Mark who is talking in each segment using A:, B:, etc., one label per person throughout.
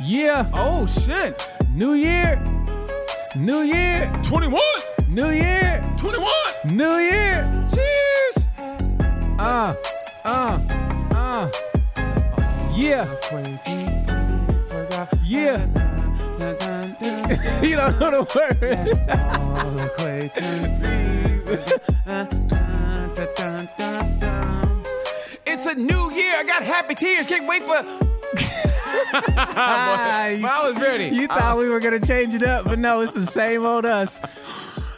A: Yeah.
B: Oh shit.
A: New year. New year.
B: 21.
A: New year.
B: 21.
A: New year.
B: Cheers.
A: Uh. Uh. Uh. Yeah. Yeah. you don't know the word.
B: It's a new year. I got happy tears. Can't wait for. But I was ready. Uh,
A: You thought we were gonna change it up, but no, it's the same old us.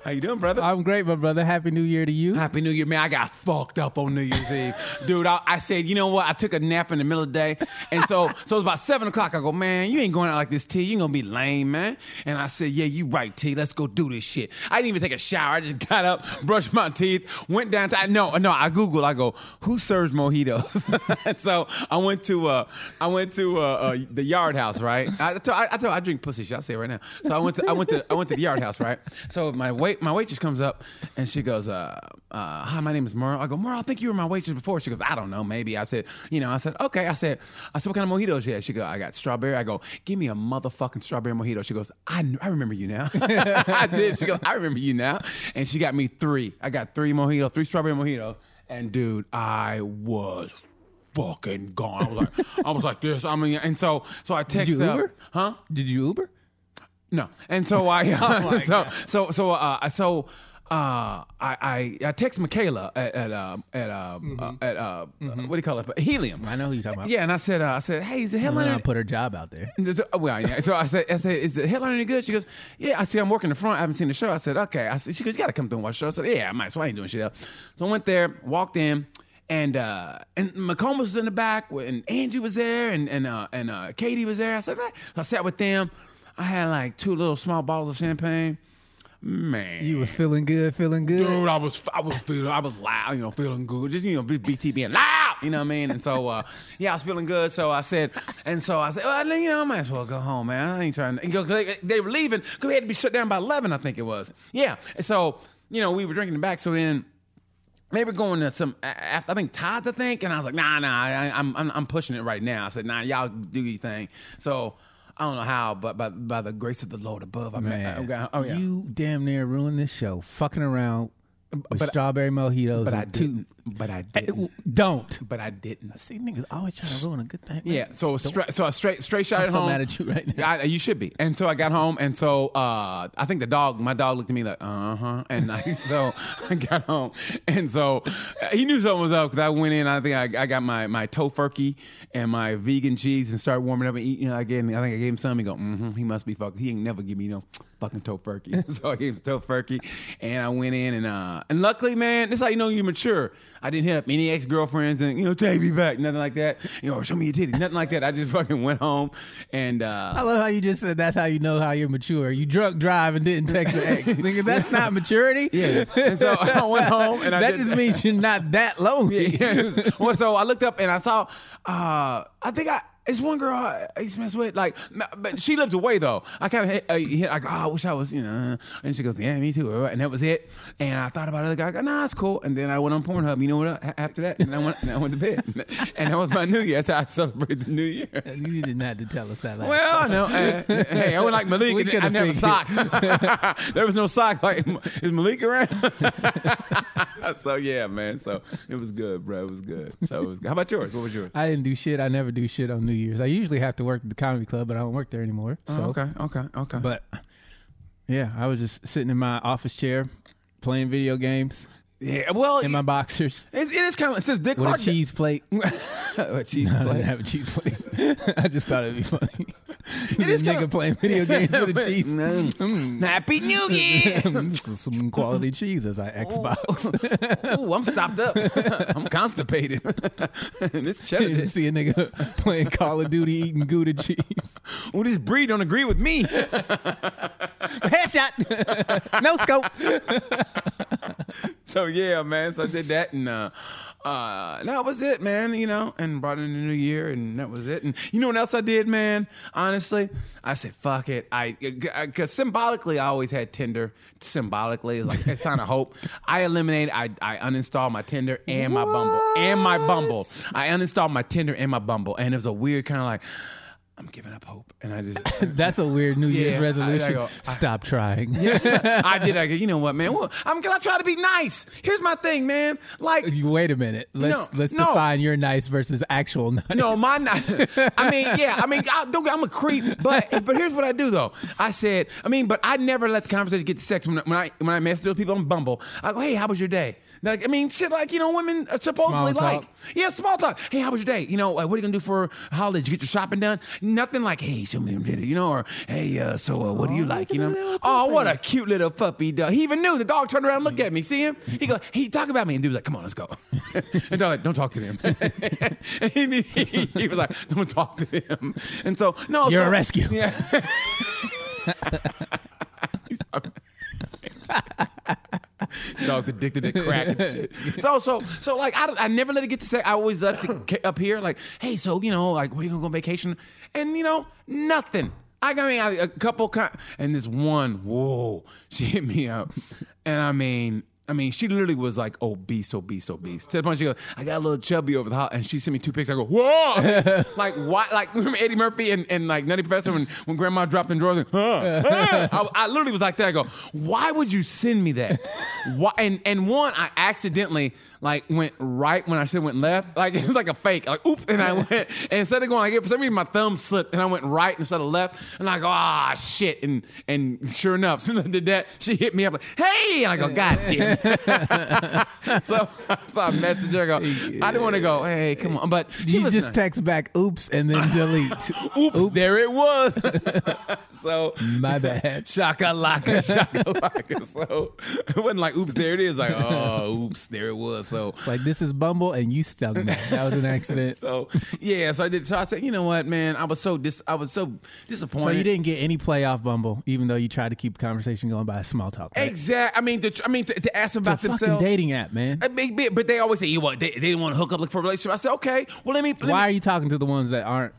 B: How you doing, brother?
A: I'm great, my brother. Happy New Year to you.
B: Happy New Year, man. I got fucked up on New Year's Eve. Dude, I, I said, you know what? I took a nap in the middle of the day. And so so it was about seven o'clock. I go, man, you ain't going out like this, T. You're gonna be lame, man. And I said, Yeah, you right, T. Let's go do this shit. I didn't even take a shower. I just got up, brushed my teeth, went down to I, no, no, I Googled, I go, who serves mojitos? And so I went to uh I went to uh, uh the yard house, right? I I told I, I, told, I drink pussy shit, I'll say it right now. So I went to I went to I went to the yard house, right? So my wait my waitress comes up and she goes, uh, uh, "Hi, my name is Merle." I go, "Merle, I think you were my waitress before." She goes, "I don't know, maybe." I said, "You know," I said, "Okay." I said, "I said what kind of mojitos you had?" She goes, "I got strawberry." I go, "Give me a motherfucking strawberry mojito." She goes, "I kn- I remember you now." I did. She goes, "I remember you now," and she got me three. I got three mojito, three strawberry mojito, and dude, I was. Fucking gone. I was like, I was like this. I mean, and so, so I text
A: you
B: her,
A: Uber?
B: huh?
A: Did you Uber?
B: No, and so I, uh,
A: Oh
B: so, so so uh, I- so uh, I I I text Michaela at at um at um uh, at uh, what do you call it helium.
A: Mm-hmm. I know who you're talking about. uh,
B: Yeah, and I said uh, I said hey is it
A: I'm gonna
B: headliner?
A: put her job out there.
B: And so- oh, well, yeah. So I said, I said, is the headline any good? She goes, yeah. I said, I'm working the front. I haven't seen the show. I said, okay. I said, she goes, you got to come through and watch the show. I said, yeah, I might. So I ain't doing shit else. So I went there, walked in, and uh, and McComas was in the back, and Angie was there, and and uh, and uh, Katie was there. I said, right. So I sat with them. I had like two little small bottles of champagne. Man,
A: You was feeling good, feeling good.
B: dude, I was I was feeling I was loud, you know, feeling good. Just you know, BT being loud, you know what I mean? And so uh, yeah, I was feeling good. So I said, and so I said, well, then, you know, I might as well go home, man. I ain't trying to. and 'cause They, they were leaving because we had to be shut down by eleven, I think it was. Yeah, and so you know, we were drinking the back. So then. They were going to some a- after I think Todd's I think, and I was like, nah, nah, I, I'm, I'm I'm pushing it right now. I said, nah, y'all do your thing. So I don't know how, but by by the grace of the Lord above, I mean, I,
A: Man,
B: I, oh yeah,
A: you damn near ruined this show. Fucking around with
B: but I-
A: strawberry mojitos.
B: but I
A: and two-
B: didn't, but I
A: Eh,
B: didn't,
A: w- Don't.
B: but I didn't.
A: See, niggas always trying to ruin a good thing.
B: Yeah, so a stra- so a straight straight shot
A: I'm
B: at
A: so
B: home.
A: mad at you right now.
B: I, you should be. And so I got home, and so uh, I think the dog, my dog, looked at me like, uh huh, and I, so I got home, and so uh, he knew something was up because I went in. I think I, I got my my tofurkey and my vegan cheese and started warming up and eating. I gave him, I think I gave him some. He go, mm-hmm, he must be fucking. He ain't never give me no fucking tofurkey. so I gave him some tofurkey, and I went in, and uh, and luckily, man, that's how you know you're mature. I didn't hit up any ex girlfriends and you know take me back, nothing like that. You know, or show me your titty, nothing like that. I just fucking went home and. uh
A: I love how you just said that's how you know how you're mature. You drunk drive and didn't text the ex. Nigga, that's not maturity.
B: Yeah. And so I went home and I
A: that
B: did-
A: just means you're not that lonely.
B: Yes. well, so I looked up and I saw. Uh, I think I. It's one girl I I used to mess with, like, m- but she lived away though. I kind of uh, hit, like, oh, I wish I was, you know. And she goes, yeah, me too, and that was it. And I thought about other guy, I go, nah, it's cool. And then I went on Pornhub. You know what? uh, After that, and I went, and I went to bed, and that was my New Year. That's how I celebrated the New Year.
A: You didn't have to tell us that. Last
B: Well, I know. Uh, hey, I went like Malik.
A: We
B: and I
A: could've
B: never
A: figured.
B: sock. there was no sock. Like, is Malik around? so yeah, man. So it was good, bro. It was good. So it was. Good. How about yours? What was yours?
A: I didn't do shit. I never do shit on New Year's. I usually have to work at the comedy club, but I don't work there anymore. So,
B: Oh, okay, okay, okay.
A: but yeah, I was just sitting in my office chair playing video games
B: yeah, well,
A: in my boxers
B: it, it is kind of since Dick
A: with a
B: Clark.
A: cheese plate.
B: a cheese
A: I didn't
B: plate.
A: have a cheese plate. I just thought it'd be funny. It
B: is
A: is nigga
B: kinda-
A: playing video games with a cheese.
B: Mm. Happy New Year!
A: this is some quality cheese as I Xbox.
B: Ooh, I'm stopped up. I'm constipated. and this cheddar.
A: You see a nigga playing Call of Duty eating Gouda cheese.
B: Well, this breed don't agree with me.
A: Headshot, no scope.
B: So yeah, man. So I did that, and uh, uh, that was it, man. You know, and brought in the new year, and that was it. And you know what else I did, man? Honestly, I said, "Fuck it." I because symbolically, I always had Tinder. Symbolically, it's like a sign of hope. I eliminated. I I uninstalled my Tinder and my Bumble and my Bumble. I uninstalled my Tinder and my Bumble, and it was a weird kind of like. I'm giving up hope. And I just
A: That's a weird New Year's
B: Yeah, I- I
A: resolution.
B: go, I-
A: Stop trying.
B: I did. I go, you know what, man? Well, I'm gonna try to be nice. Here's my thing, man. Like
A: You- Wait a minute. Let's
B: No,
A: let's
B: no.
A: define your nice versus actual nice.
B: No, my. Not, I mean, yeah. I mean, I, don't, get- I'm a creep, but but here's what I do though. I said, I mean, but I never let the conversation get to sex when, I- when I when I mess with those people on Bumble. I go, hey, how was your day? They're Like, I mean, shit, like you know, women are supposedly
A: Small talk.
B: like, yeah, small talk. Hey, how was your day? You know, uh, what are you gonna do for holiday? Did you get your shopping done? Nothing like, hey, show me did it, you know, or hey, uh, so uh, what do you like? You
A: at the
B: know,
A: little
B: oh, what a cute little puppy dog. He even knew the dog turned around and looked at me. See him? He go, he talk about me, and dude was like, come on, let's go. and dog like, don't talk to them. and he, he- he was like, don't talk to them. And so no,
A: You're
B: so-
A: a rescue.
B: Yeah. Dog addicted to crack and shit. So so so like I, I never let it get to say I always left it ca- up here like hey so you know like where you gonna go on vacation and you know nothing. I got I mean I, a couple con- and this one whoa she hit me up and I mean. I mean, she literally was like oh, obese, obese, obese. To the point she goes, I got a little chubby over the hot, and she sent me two pics. I go, whoa! like, why? Like, remember Eddie Murphy and, and like Nutty Professor when, when grandma dropped in drawers? And, huh, huh. I, I literally was like that. I go, why would you send me that? Why? And, and one, I accidentally like went right when I should have went left. Like, it was like a fake. Like, oop. And I went, and instead of going like, it, for some reason, my thumb slipped and I went right instead of left. And I go, ah, shit. And, and sure enough, as soon as I did that, she hit me up like, hey. And I go, God damn it so, so I messaged her. I go, I didn't want to go. Hey, come on. But she
A: you
B: was
A: just
B: nice.
A: text back, oops, and then delete.
B: oops, there it was. so
A: My bad.
B: shaka laka, shaka laka. So it wasn't like oops, there it is. Like oh, oops, there it was. So.
A: Like this is Bumble, and you stung that. That was an accident. so
B: So yeah, so I did. So I said, you know what, man, I was so dis, I was so disappointed.
A: you didn't get any play off Bumble, even though you tried to keep the conversation going by small talk. right?
B: exact. I mean, to, tr- I mean, to, to ask them
A: It's a
B: about
A: fucking
B: themselves.
A: dating app, man.
B: I mean, but- but they always say you want they, they want to hook up look for a relationship. I said okay, well let me let me-
A: Why are you talking to the ones that aren't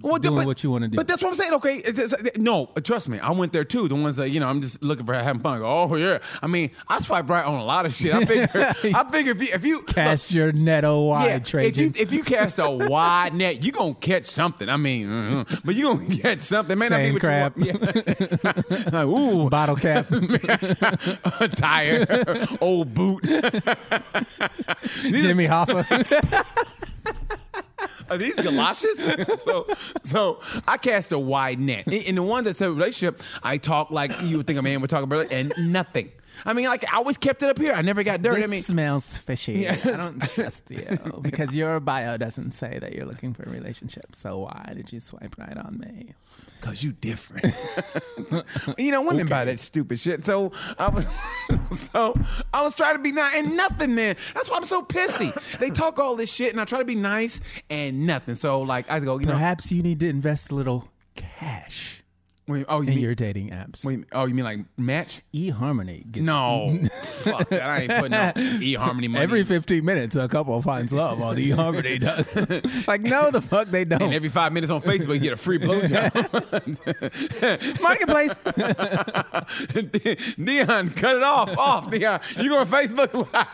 B: Well,
A: doing what you want to do?
B: But that's what I'm saying. Okay, It's- it's- no, trust me, I went there too. The ones that you know, I'm just looking for having fun. I go, oh yeah, I mean, I swipe right on a lot of shit. I figure, I figure if you if you
A: Cast your net oh wide,
B: yeah, if
A: Trajan.
B: you if you cast a wide net, you gonna catch something. I mean, mm, but you gonna catch something. May
A: Sand
B: not be what you want. Yeah. Like, ooh,
A: Bottle cap.
B: a tire, old boot.
A: Jimmy Hoffa.
B: Are these galoshes? so, so I cast a wide net. And and the one that said relationship, I talk like you would think a man would talk about it, and nothing. I mean, like I always kept it up here. I never got dirty. I mean,
A: smells fishy.
B: Yes. don't
A: trust you because your bio doesn't say that you're looking for a relationship. So why did you swipe right on me?
B: cause you different. you know, women buy that stupid shit. So I was, so I was trying to be nice and nothing, man. That's why I'm so pissy. They talk all this shit, and I try to be nice and nothing. So like I go, you know,
A: Perhaps you need to invest a little cash
B: wait, oh you
A: in
B: mean,
A: your dating apps.
B: wait, oh you mean like match?
A: eHarmony gets
B: No, fuck that. I ain't putting no eHarmony money.
A: Every 15 minutes, a couple finds love on eHarmony. does. like, no, the fuck they don't.
B: and every five minutes on Facebook, you get a free blowjob.
A: Marketplace.
B: Neon, cut it off, off. Neon, you go on Facebook Live.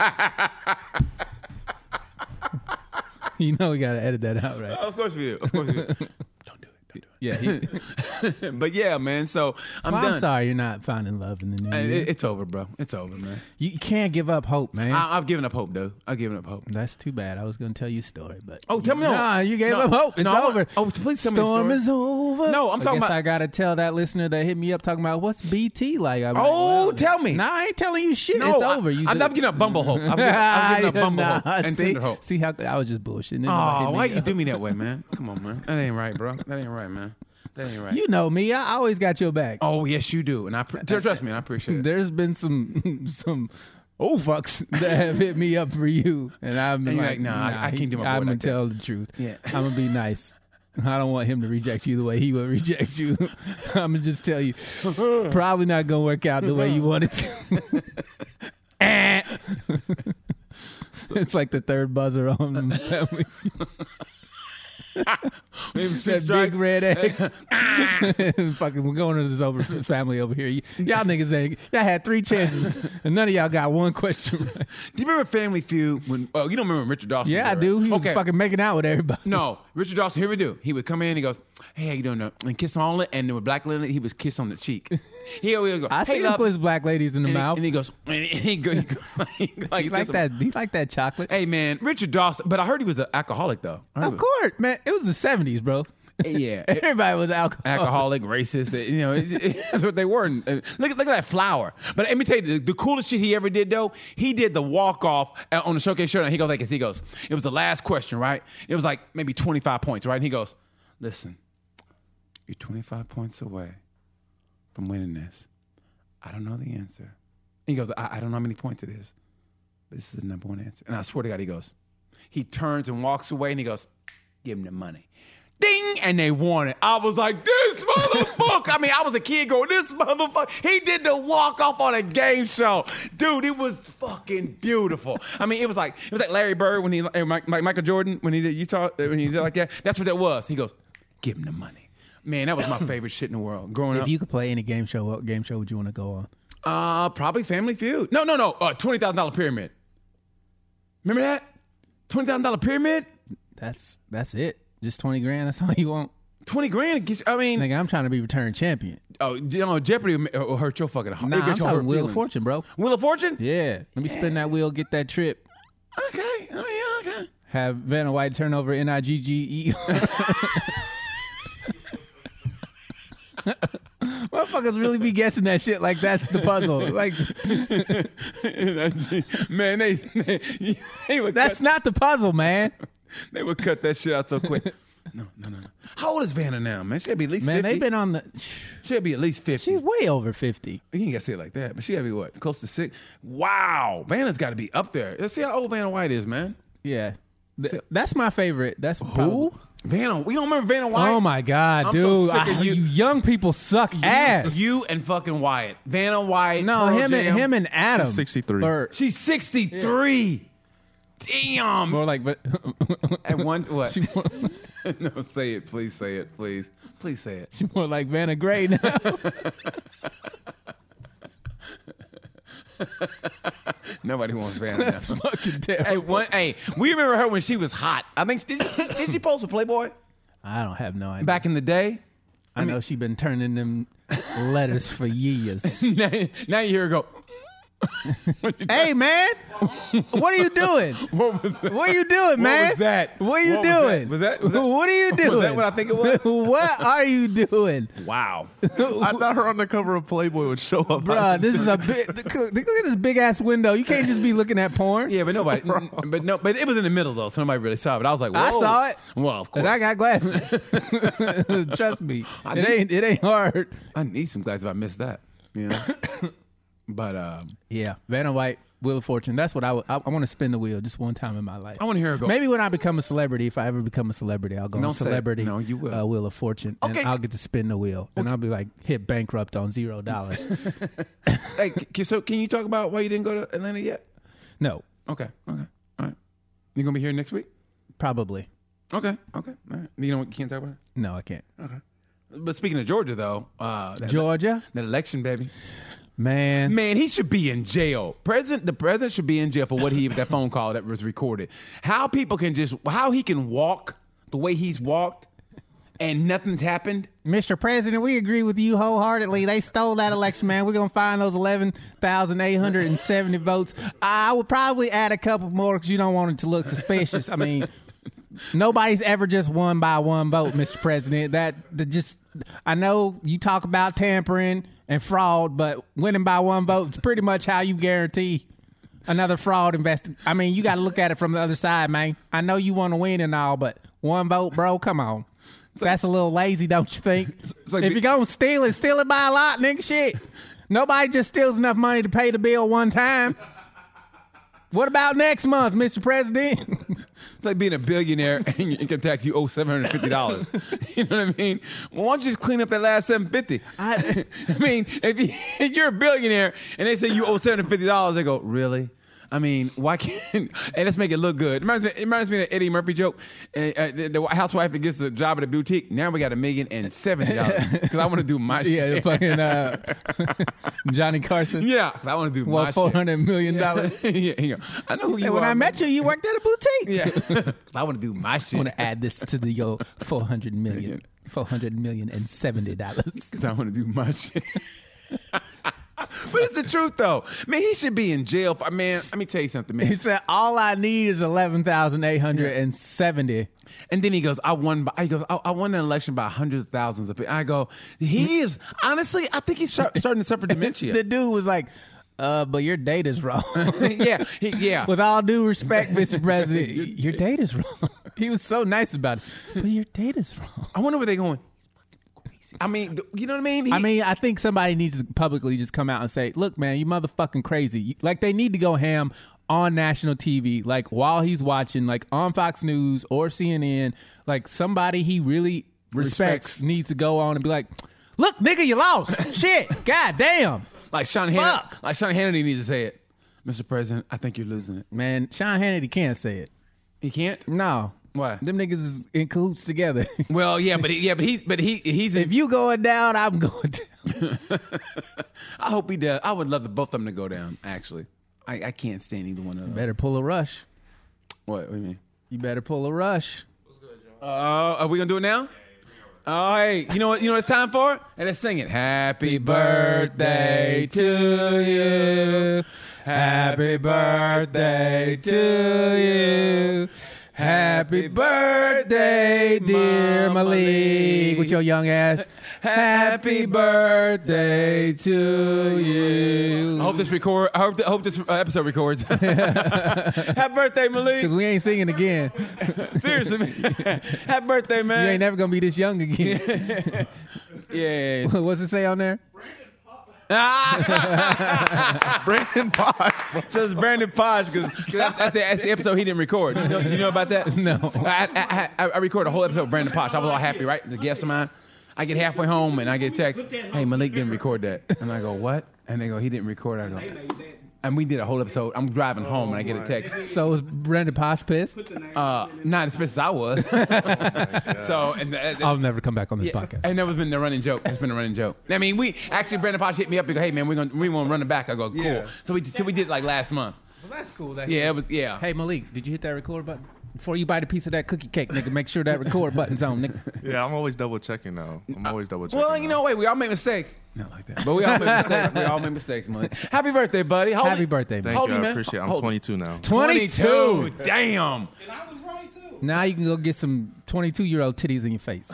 A: you know we got to edit that out, right?
B: of course we do. Of course we do. Don't do it.
A: Yeah. he-
B: Don't do it. but yeah, man. So I'm
A: Well,
B: done.
A: I'm sorry you're not finding love in the new
B: Uh,
A: year.
B: it- it's over, bro. It's over, man.
A: you can't give up hope, man.
B: I, I've given up hope, dude. I've given up hope.
A: That's too bad. I was going to tell you a story, but
B: Oh, tell me no.
A: Nah, you gave
B: No.
A: up hope. It's
B: No, I want-
A: over.
B: oh, please tell me the
A: Storm
B: story.
A: is over.
B: No, I'm
A: I
B: talking
A: guess
B: about-
A: I gotta tell that listener that hit me up talking about what's BT like. I'm like,
B: Oh,
A: well,
B: tell me.
A: No, I ain't telling you shit.
B: No,
A: it's
B: I-
A: over. You
B: I'm
A: did-
B: not getting up bumble hope. I'm getting, I'm getting up
A: Yeah,
B: bumble
A: nah,
B: hope and
A: see,
B: Tinder hope.
A: See how I was just bullshitting. Everybody
B: Oh,
A: hit
B: why
A: me
B: you
A: up.
B: do me that way, man? Come on, man. That ain't right, bro. That ain't right, man. That ain't right.
A: You know me. I always got your back.
B: Oh yes, you do, and I pre- trust me, and I appreciate it.
A: There's been some some old Oh, fucks that have hit me up for you, and I'm
B: And
A: like,
B: you're like, nah, I- I
A: he-
B: can't do my boy
A: I'm gonna
B: like that.
A: tell the truth.
B: Yeah.
A: I'm gonna be nice. I don't want him to reject you the way he would reject you. I'm gonna just tell you, probably not gonna work out the way you want it to. Eh. it's like the third buzzer on. Family.
B: Maybe two
A: that
B: strikes.
A: big red X. Fucking, we're going to this over family over here. Y- Y'all niggas ain't. Y'all had three chances, and none of y'all got one question. right.
B: Do you remember Family Feud? When oh, you don't remember when Richard Dawson?
A: Yeah, I
B: was there,
A: do.
B: right?
A: He was
B: okay.
A: fucking making out with everybody.
B: No, Richard Dawson. Here we do. He would come in. He goes, "Hey, how you doing?" uh, And kiss on it. And then with Black Lily, he was kiss on the cheek. He always go,
A: I
B: "Hey,
A: see him
B: love."
A: quiz black ladies in
B: and,
A: the
B: he,
A: mouth.
B: and he goes, and he go, he go, he go
A: he
B: like,
A: like
B: this.
A: that. He like that chocolate.
B: Hey man, Richard Dawson. But I heard he was an alcoholic though. I heard he
A: Of
B: was
A: course, man. It was the seventies, bro.
B: Eh, Yeah.
A: everybody was alcohol.
B: Alcoholic, racist, you know, it's- it's- that's what they were. And, and Look, at- look at that flower. But let me tell you, the, the coolest shit he ever did though, he did the walk off on the showcase show. And he goes like, this. he goes, it was the last question, right? It was like maybe twenty five points, right? And he goes, listen, you're twenty five points away from winning this. I don't know the answer. And he goes, I, I don't know how many points it is. This is the number one answer. And I swear to God, he goes, he turns and walks away and he goes, give him the money. Ding! And they won it. I was like, this motherfucker. I mean, I was a kid going, this motherfucker. He did the walk off on a game show. Dude, it was fucking beautiful. I mean, it was like, it was like Larry Bird when he, and Mike, Mike- Michael Jordan, when he did Utah, when he did like that. That's what that was. He goes, give him the money. Man, that was my favorite shit in the world growing up.
A: If you could play any game show, what game show would you want to go on?
B: Uh, probably Family Feud. No, no, no. Uh, twenty thousand dollar pyramid. Remember that? Twenty thousand dollar pyramid.
A: That's that's it. Just twenty grand. That's all you want.
B: Twenty grand. Gets, I mean,
A: Nigga, I'm trying to be return champion.
B: oh, you know, Jeopardy will ma- will hurt your fucking heart.
A: Nah,
B: It'll get
A: I'm
B: your
A: talking
B: hurt
A: Wheel of
B: feelings.
A: Fortune, bro.
B: Wheel of Fortune.
A: Yeah, let me spin that wheel, get that trip.
B: Okay. Oh yeah. Okay.
A: Have Vanna White turn over N I G G E. Motherfuckers really be guessing that shit like that's the puzzle. Like
B: Man, they they, they would
A: that's not the puzzle, man.
B: cut, they would cut that shit out so quick. No, no, no, no. How old is Vanna now, man? She'll be at least
A: Man,
B: 50.
A: they've been on the.
B: She'll be at least fifty.
A: She's way over fifty.
B: You ain't gotta say it like that, but she gotta be what? Close to six? Wow. Vanna's gotta be up there. Let's see how old Vanna White is, man.
A: Yeah, Th- that's my favorite. That's probably-
B: Vanna. We don't remember Vanna White.
A: Oh my god,
B: I'm so
A: dude!
B: sick of
A: I-
B: you.
A: you. young people suck ass.
B: You and fucking Wyatt. Vanna White.
A: no,
B: Pearl
A: him
B: Jam.
A: and him and Adam.
C: 63.
A: Or,
B: She's 63. Damn.
A: or like, but
B: At one what?
A: she more,
B: no, say it, please say it, please. Please say it.
A: she more like Vanna Gray now.
B: Nobody wants Vanna.
A: That's
B: now.
A: fucking
B: Hey,
A: terrible.
B: one, hey, we remember her when she was hot. I think did, did she post a Playboy
A: I don't have no idea.
B: back in the day?
A: I, know she been turning them letters for years.
B: now, now you hear her go.
A: hey man, what are you doing?
B: What was that?
A: What are you doing, man?
B: was that?
A: What are you
B: What was that?
A: doing?
B: Was that- was that-
A: what are you
B: was
A: doing?
B: that what I think it was?
A: what are you doing?
B: Wow.
C: I thought her on the cover of Playboy would show up.
A: Bruh, this is a big. Look at this big ass window. You can't just be looking at porn.
B: Yeah, but nobody. but no, but it was in the middle though, so nobody really saw it. But I was like,
A: I
B: Whoa.
A: saw it.
B: Well, of course.
A: And I got glasses. Trust me, it ain't it ain't hard.
B: I need some glasses if I missed that. You know? but um,
A: Yeah, Vanna White, Wheel of Fortune. That's what I would- I, I want to spin the wheel just one time in my life.
B: I want to hear her go.
A: Maybe when I become a celebrity, if I ever become a celebrity, I'll go on
B: Don't say it.
A: celebrity.
B: No, you will.
A: Uh, wheel of Fortune,
B: Okay.
A: and I'll get to spin the wheel, and I'll be like hit bankrupt on zero dollars.
B: hey, c- so can you talk about why you didn't go to Atlanta yet?
A: no,
B: Okay. Okay. All right. You gonna be here next week?
A: probably
B: Okay. Okay. All right. You know what? You can't talk about it.
A: no, I can't.
B: But speaking of Georgia, though, uh, that,
A: Georgia,
B: that election, baby,
A: man,
B: man, he should be in jail. President, the president should be in jail for what he that phone call that was recorded. How people can just how he can walk the way he's walked, and nothing's happened.
A: Mr. President, we agree with you wholeheartedly. They stole that election, man. We're gonna find those eleven thousand eight hundred and seventy votes. I would probably add a couple more because you don't want it to look suspicious. I mean, nobody's ever just won by one vote, Mr. President. That the just I know you talk about tampering and fraud, but winning by one vote is pretty much how you guarantee another fraud invest. I mean, you got to look at it from the other side, man. I know you want to win and all, but one vote, bro, come on. That's a little lazy, don't you think?
B: it's like
A: if
B: the-
A: you're gonna steal it, steal it by a lot, nigga. Shit, nobody just steals enough money to pay the bill one time. What about next month, Mr. President?
B: It's like being a billionaire and your income tax you owe seven hundred fifty dollars. you know what I mean? Well, why don't you just clean up that last seven fifty? I, I mean, if, you, if you're a billionaire and they say you owe seven hundred fifty dollars, they go, really? I mean, why can't? And let's make it look good. It reminds me, it reminds me of the Eddie Murphy joke. Uh, uh, the, the housewife that gets a job at a boutique. Now we got a million and seventy dollars because I want to do my
A: Yeah, the
B: shit.
A: fucking uh, Johnny Carson.
B: Yeah, 'cause I want to do
A: Well,
B: my
A: four
B: shit.
A: hundred million dollars.
B: yeah, yeah. I know who
A: Say,
B: you
A: when
B: are.
A: I met you, you worked at a boutique.
B: yeah, 'Cause I want to do my
A: I
B: shit.
A: want to add this to the yo four hundred million, four hundred million and seventy dollars.
B: because I want to do my shit. but it's the truth though. Man, he should be in jail. For, man, let me tell you something,
A: He
B: man.
A: said, "All I need is eleven thousand eight hundred and seventy.
B: And then he goes, "I won." By, he goes, I, "I won an election by hundreds of thousands of people." I go, "He is honestly. I think he's start- starting to suffer dementia."
A: The dude was like, "Uh, but your data's wrong."
B: yeah, he, yeah.
A: With all due respect, Mr. President, your data's wrong. He was so nice about it, but your data's wrong.
B: I wonder where they're going. He's fucking crazy. I mean, th- you know what I mean? He-
A: I mean, I think somebody needs to publicly just come out and say, "Look, man, you motherfucking crazy." You- Like they need to go ham on national TV, like while he's watching, like on Fox News or CNN, like somebody he really respects,
B: Respects.
A: needs to go on and be like, "Look, nigga, you lost. Shit, god damn."
B: like Sean Hannity.
A: Fuck.
B: Like Sean Hannity needs to say it, Mr. President. I think you're losing it.
A: Man, Sean Hannity can't say it.
B: He can't.
A: No.
B: Why?
A: Them niggas is in cahoots together.
B: Well, yeah, but he, yeah, but he, but he, he's in
A: if you going down, I'm going down.
B: I hope he does. I would love the both of them to go down. Actually, I, I can't stand either one of them.
A: Better pull a rush.
B: What? What do you mean?
A: You better pull a rush.
B: Uh, are we gonna do it now? All right. You know what? You know what it's time for? And let's sing it. Happy birthday to you. Happy birthday to you. Happy birthday,
A: Dear
B: dear Malik.
A: Malik, with your young ass. Happy birthday to
B: I
A: you.
B: hope this record. I hope, I hope this uh, episode records. Happy birthday, Malik.
A: Because we ain't singing again.
B: Seriously, man. Happy birthday,
A: You
B: man.
A: ain't never going to be this young again.
B: yeah.
A: What's it say on there?
B: Ah,
C: Brandon Potts. bro.
B: so it's Brandon Podge because that's, that's, the- that's the episode he didn't record. You know, you know about that?
A: No.
B: I, I, I, I recorded a whole episode of Brandon Podge. I was all happy, right? The guest of mine. I get halfway home and I get text, hey, Malik didn't record that. And I go, what? And they go, he didn't record. I go, and we did a whole episode. I'm driving home and I get a text.
A: So is Brandon Posh pissed?
B: Uh, not as pissed as I was. so, and, and,
A: I'll never come back on this podcast.
B: And that was been the running joke. It's been a running joke. I mean, we actually Brandon Potts hit me up and go, "Hey man, we're gonna we want to run it back." I go, "Cool."
C: Yeah.
B: So we so we did like last month.
A: Well, that's cool.
B: Yeah, it was yeah.
A: Hey, Malik, did you hit that record button? Before you bite a piece of that cookie cake, nigga, make sure that record button's on, nigga.
C: Yeah, I'm always double checking now. I'm always double checking.
B: Uh, well, you know, wait, we all make mistakes. Not like that, but we all make mistakes. We all make mistakes, man. Happy birthday, buddy. Hold
A: Happy
B: it.
A: birthday, man.
C: Thank
B: hold
C: you.
B: it,
C: I
B: man.
C: appreciate it. I'm
B: Hold it.
C: 22 now.
B: 22. Damn.
A: Now you can go get some 22 year old titties in your face.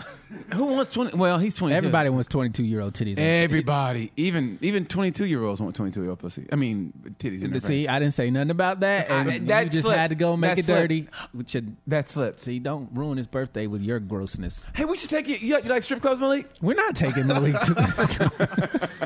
B: Who wants 20? Well, he's 22.
A: Everybody wants 22 year old titties. in their
B: Everybody, even even 22 year olds want 22 year old pussy. I mean, titties in their face.
A: See, I didn't say nothing about that. And
B: I-
A: you
B: that
A: just
B: slipped.
A: had to go make
B: That
A: it
B: slipped.
A: dirty. Which should,
B: That slips.
A: see, don't ruin his birthday with your grossness.
B: Hey, we should take you. You like, you like strip clubs, Malik?
A: We're not taking Malik to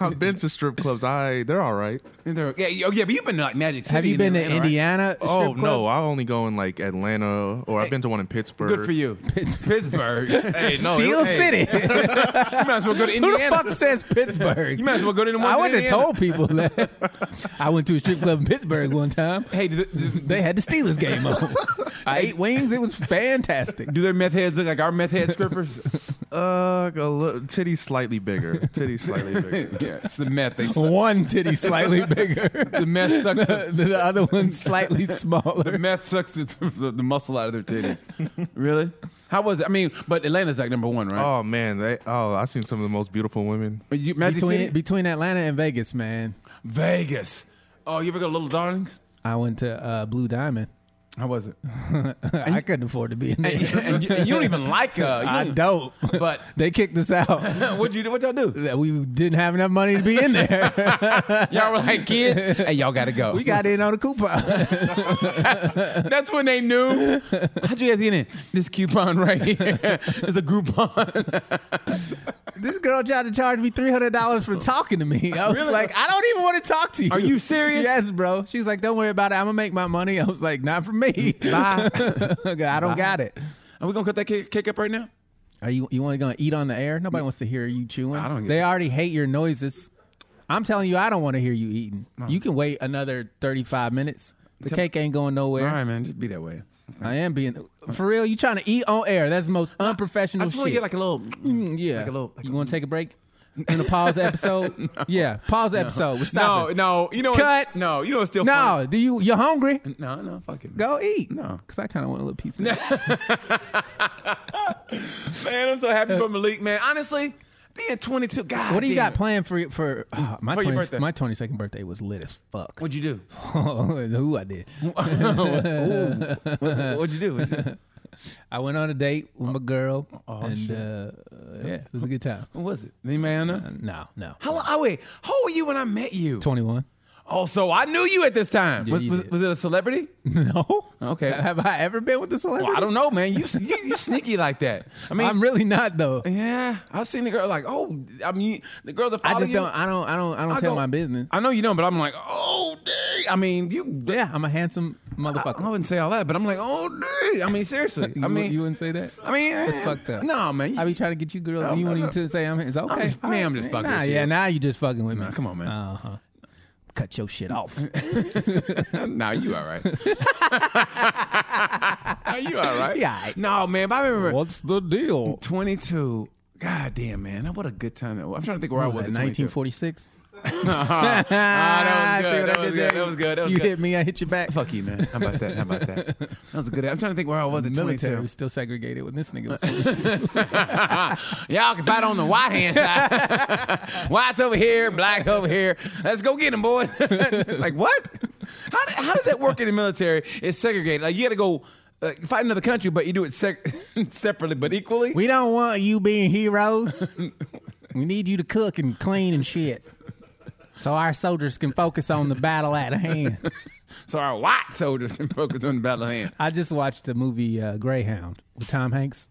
C: I've been to strip clubs. I they're all right.
B: And they're- oh, Yeah, yeah, yeah, but you've been to like Magic City.
A: Have you
B: and
A: been to
B: Atlanta, right?
A: Indiana?
C: Oh
A: strip
C: no,
A: clubs?
C: I only go in like Atlanta or I've been to one in Pittsburgh.
B: Good for you. Pittsburgh. hey, no.
A: Steel
B: hey,
A: City.
B: You might as well go to
A: Who the
B: Indiana.
A: fuck says Pittsburgh?
B: You might as well go to the one
A: I
B: in
A: wouldn't have
B: Indiana.
A: told people that. I went to a strip club in Pittsburgh one time.
B: Hey, do, th-
A: They had the Steelers game on. I ate wings. It was fantastic.
B: do their meth heads look like our meth head strippers?
C: Uh, a little, titty slightly bigger. Titty slightly bigger.
B: yeah, it's the meth. They suck.
A: One titty slightly bigger.
B: the meth sucks. The,
A: the other one's slightly
B: the
A: smaller.
B: meth sucks the, the, the muscle out of their titties. Really? How was it? I mean, but Atlanta's like number one, right?
C: Oh man, they oh I've seen some of the most beautiful women.
B: But you, Magic City,
A: Between, between Atlanta and Vegas, man,
B: Vegas. Oh, you ever go to Little Darlings?
A: I went to uh, Blue Diamond.
B: How was it?
A: I couldn't afford to be in there.
B: And you, and you don't even like. Uh, you
A: I don't.
B: But
A: They kicked us out.
B: what'd you do? What y'all do?
A: That we didn't have enough money to be in there.
B: Y'all were like kids. Hey, y'all gotta go.
A: We got in on a coupon.
B: That's when they knew. How'd you guys get in? This coupon right here is a Groupon.
A: This girl tried to charge me three hundred dollars for talking to me. I was
B: Really?
A: like, I don't even want to talk to Oh. you.
B: Are you serious?
A: Yes, bro. She was like, Don't worry about it. I'm gonna make my money. I was like, Not for me.
B: Bye.
A: Okay, I don't got it.
B: Are we gonna cut that cake, cake up right now?
A: Are you you only gonna eat on the air? Nobody wants to hear you chewing.
B: I don't give
A: they
B: a-
A: already hate your noises. I'm telling you, I don't want to hear you eating. You can wait another 35 minutes. The cake ain't going nowhere.
B: All right, man, just be that way.
A: I am being for real. You trying to eat on air? That's the most unprofessional
B: I just want to
A: shit.
B: get like a little.
A: Mm, yeah.
B: like a little- like
A: you want to take a break? You want to pause the episode? Yeah, pause the episode. We're
B: no,
A: stopping.
B: no, you know what-
A: Cut.
B: No, you know it's still
A: No, do you? You're hungry?
B: funny? No, no, fuck it.
A: Go eat.
B: No.
A: because I kind of want a little piece. Of that.
B: Man, I'm so happy for Malik, man. Honestly, being 22, God.
A: What do you
B: damn
A: got
B: it.
A: planned for for ah, my
B: For your
A: 20
B: birthday.
A: my 22nd birthday was lit as fuck.
B: What'd you do?
A: Who I did?
B: Ooh. What'd you do? What'd you do?
A: I went on a date with my girl, and
B: Oh, shit.
A: Uh, yeah, it was a good time.
B: What was it? Any man? know?
A: No, no,
B: How long? Oh, wait. How old were you when I met you?
A: 21.
B: Oh, so I knew you at this time.
A: Yeah,
B: was,
A: you
B: was,
A: did.
B: was it a celebrity?
A: No.
B: Okay.
A: Have I ever been with a celebrity?
B: Well, I don't know, man. You, you you sneaky like that. I mean,
A: I'm really not though.
B: yeah. I've seen the girl like, oh, I mean, the girls that follow
A: I just
B: you.
A: don't. I don't. I don't. I don't
B: I
A: tell
B: go-
A: my business.
B: I know you don't, but I'm like, oh, dang. I mean, you.
A: yeah, I'm a handsome
B: I,
A: motherfucker.
B: I wouldn't say all that, but I'm like, oh, dang. I mean, seriously.
A: You
B: I
A: wou-
B: mean,
A: you wouldn't say that.
B: I mean,
A: That's
B: eh,
A: fucked up.
B: No, man.
A: I be trying to get you girls, and you
B: I'm-
A: want
B: I'm-
A: to say I'm. It's okay.
B: just-
A: All
B: man, I'm just fucking
A: Nah,
B: with you.
A: yeah. Now you just fucking with me.
B: come on, man.
A: Uh huh. Cut your shit off.
B: nah, you all right. Are you all right?
A: Yeah, I-
B: No, man. But I remember
A: What's the deal?
B: 22. God damn, man. What a good time. that was. I'm trying to think where I
A: What
B: was.
A: was that?
B: at 22.
A: 1946.
B: Ah, that was
A: See
B: good.
A: what
B: That
A: I
B: was
A: did
B: good.
A: there?
B: That was good. That was
A: you
B: good.
A: hit me, I hit you back.
B: Fuck you, man. How about that? How about that? That was a good. I'm trying to think where I was at
A: Military
B: 22.
A: was still segregated when this nigga was. 22.
B: Y'all can fight on the white hand side. White's over here, black over here. Let's go get him, boy. like what? How, do- how does that work in the military? It's segregated. Like you got to go uh, fight another country, but you do it sec- separately but equally.
A: we don't want you being heroes. we need you to cook and clean and shit, so our soldiers can focus on the battle at hand.
B: so our white soldiers can focus on the battle at hand.
A: I just watched the movie uh, Greyhound with Tom Hanks.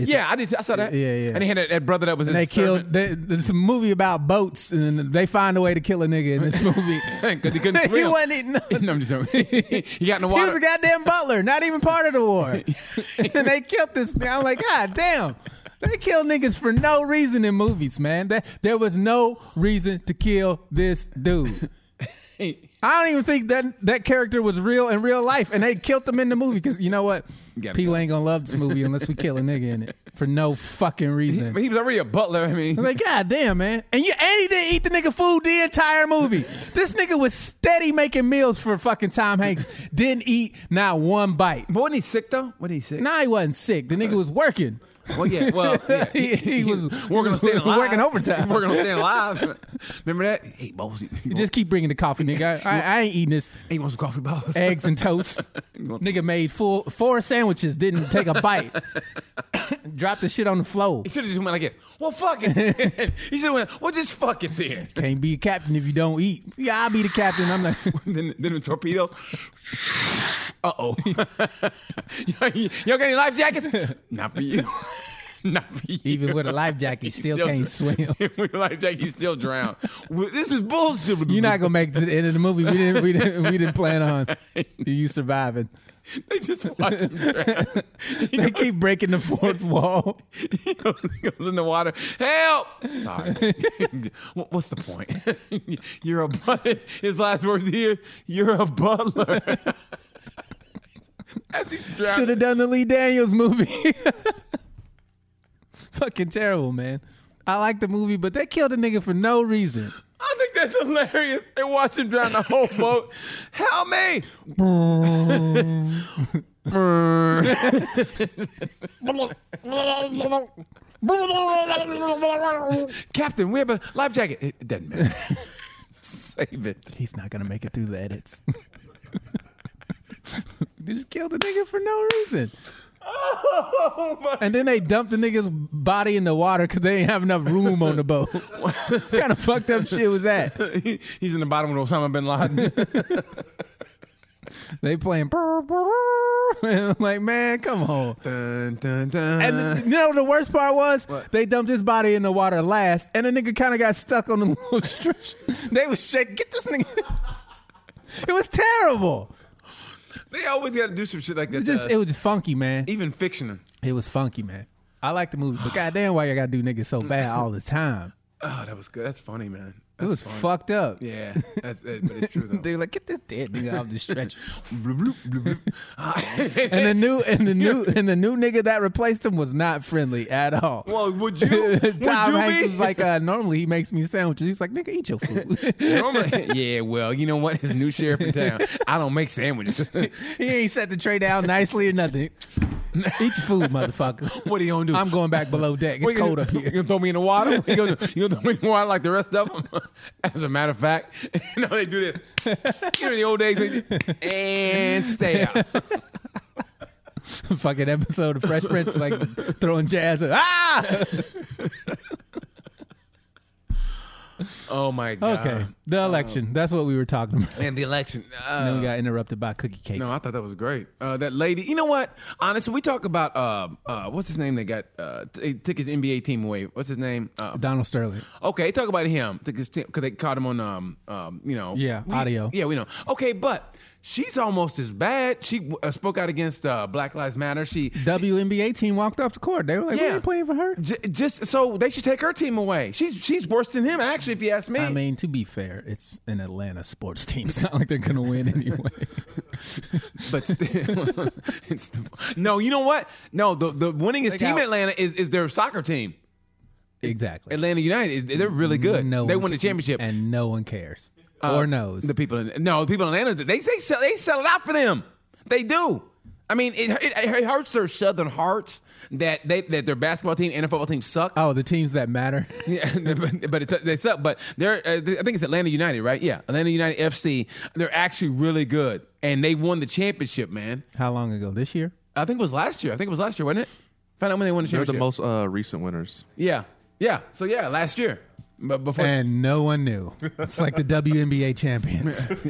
B: Yeah, I did. I saw that.
A: Yeah, yeah.
B: And he had that, that brother that was.
A: And they killed. They, it's a movie about boats, and they find a way to kill a nigga in this movie.
B: because he couldn't swim.
A: he wasn't eating. nothing.
B: no, I'm just joking. he got in the
A: He
B: water.
A: was a goddamn butler, not even part of the war. and they killed this nigga. I'm like, God damn. They kill niggas for no reason in movies, man. That there was no reason to kill this dude. I don't even think that that character was real in real life, and they killed him in the movie because you know what?
B: gotta
A: People ain't gonna love this movie unless we kill a nigga in it for no fucking reason.
B: But he was already a butler. I mean,
A: I'm like, God damn, man. And you and he didn't eat the nigga food the entire movie. this nigga was steady making meals for fucking Tom Hanks. Didn't eat not one bite.
B: but wasn't he sick though? Wasn't he sick?
A: Nah, he wasn't sick. The nigga was working.
B: Well, yeah. Well, yeah.
A: He- he was-
B: working on staying alive,
A: working overtime.
B: working on staying alive. Remember that? Hey, boss, you, you
A: You
B: just
A: just keep bringing the coffee, nigga. I, I, I ain't eating this
B: hey, you want some coffee, boss?
A: eggs and toast. nigga made full four sandwiches, didn't take a bite. Dropped the shit on the floor.
B: He should have just went like this. Well, fuck it. he should have went. Well, just fuck it then.
A: Can't be a captain if you don't eat. Yeah, I'll be the captain. I'm like,
B: then, then the torpedoes. Uh oh. y'all, y'all got any life jackets? Not for you. Not for you.
A: even with a life jacket, still can't swim.
B: with a life jacket, you still drown. Well, This is bullshit.
A: You're not gonna make it to the end of the movie. We didn't. We didn't. We didn't plan on you surviving.
B: They just watch him drown.
A: They keep breaking the fourth wall.
B: he goes, he goes in the water. Help! Sorry. What- What's the point? You're a butler. His last words here. You're a butler. As he's
A: Should
B: drowning.
A: have done the Lee Daniels movie. Fucking terrible, man. I like the movie, but they killed a nigga for no reason.
B: I think that's hilarious. They watch him drown the whole boat. Help me! Captain, we have a life jacket. It it doesn't matter. Save it.
A: He's not gonna make it through the edits. they just killed a nigga for no reason.
B: Oh my!
A: And then they dumped the nigga's body in the water because they didn't have enough room on the boat. what kind of fucked up shit was that?
B: He's in the bottom of Osama bin Laden.
A: They playing. "Brr, brr," And I'm like, man, come on.
B: dun, dun, dun.
A: And th- you know what the worst part was they dumped his body in the water last, and the nigga kind of got stuck on the little strip. They was shaking. Get this nigga. it was terrible.
B: they always got to do some shit like that.
A: It
B: to
A: just
B: us.
A: it was just funky, man.
B: even fiction.
A: It was funky, man. I like the movie, but goddamn, why y'all gotta do niggas so bad all the time?
B: Oh, that was good. That's funny, man.
A: it was fucked up.
B: Yeah, that's it, but it's true though.
A: They were like, get this dead nigga off the stretcher.
B: Bloop, bloop, bloop.
A: and the new and the new and the new nigga that replaced him was not friendly at all.
B: well, would you? would
A: Tom
B: you
A: Hanks
B: be?
A: was like, uh, normally he makes me sandwiches. He's like, nigga, eat your food.
B: Normally- yeah, well, you know what? His new sheriff in town. I don't make sandwiches.
A: he ain't set the tray down nicely or nothing. Eat your food, motherfucker.
B: What are you gonna do?
A: I'm going back below deck.
B: What
A: It's
B: you gonna
A: cold
B: do?
A: up
B: You
A: here.
B: gonna throw me in the water? You gonna, you gonna throw me in the water like the rest of them? As a matter of fact, no, they do this. You know, in the old days, they- and stay out.
A: Fucking episode of Fresh Prince, like throwing jazz. Ah,
B: Oh my god.
A: okay. The election. That's what we were talking about.
B: Um, And the election.
A: And then
B: Uh,
A: we got interrupted by cookie cake.
B: no, I thought that was great. Uh, that lady. You know what? Honestly, we talk about uh, uh, what's his name? They got uh, t- they took his NBA team away. What's his name? Uh,
A: Donald Sterling.
B: Okay, talk about him because they caught him on um um you know
A: Yeah,
B: we-
A: audio.
B: yeah we know okay but she's almost as bad she uh, spoke out against uh, Black Lives Matter she
A: WNBA team walked off the court. They were like, we
B: Yeah.
A: ain't playing for her.
B: j- just so they should take her team away she's she's worse than him actually if you ask me
A: I mean, to be fair, it's an Atlanta sports team. It's not like they're gonna win anyway.
B: but still, it's the, no you know what no the the winningest
A: They
B: team
A: got-
B: in Atlanta is is their soccer team
A: exactly.
B: Atlanta United is- they're really good
A: No
B: they
A: one
B: won the
A: ca-
B: championship
A: and no one cares
B: Uh,
A: or knows.
B: the people in no the people in Atlanta they they sell they sell it out for them they do I mean it, it, it hurts their southern hearts that they that their basketball team and their football team suck
A: oh, the teams that matter.
B: yeah, but, but it, they suck but they're uh, I think it's Atlanta United right yeah Atlanta United FC they're actually really good and they won the championship man
A: How long ago? This year?
B: I think it was last year I think it was last year wasn't it find out when they won the
C: They're
B: championship
C: the most uh, recent winners.
B: yeah yeah so yeah last year but before
A: And no one knew. It's like the WNBA champions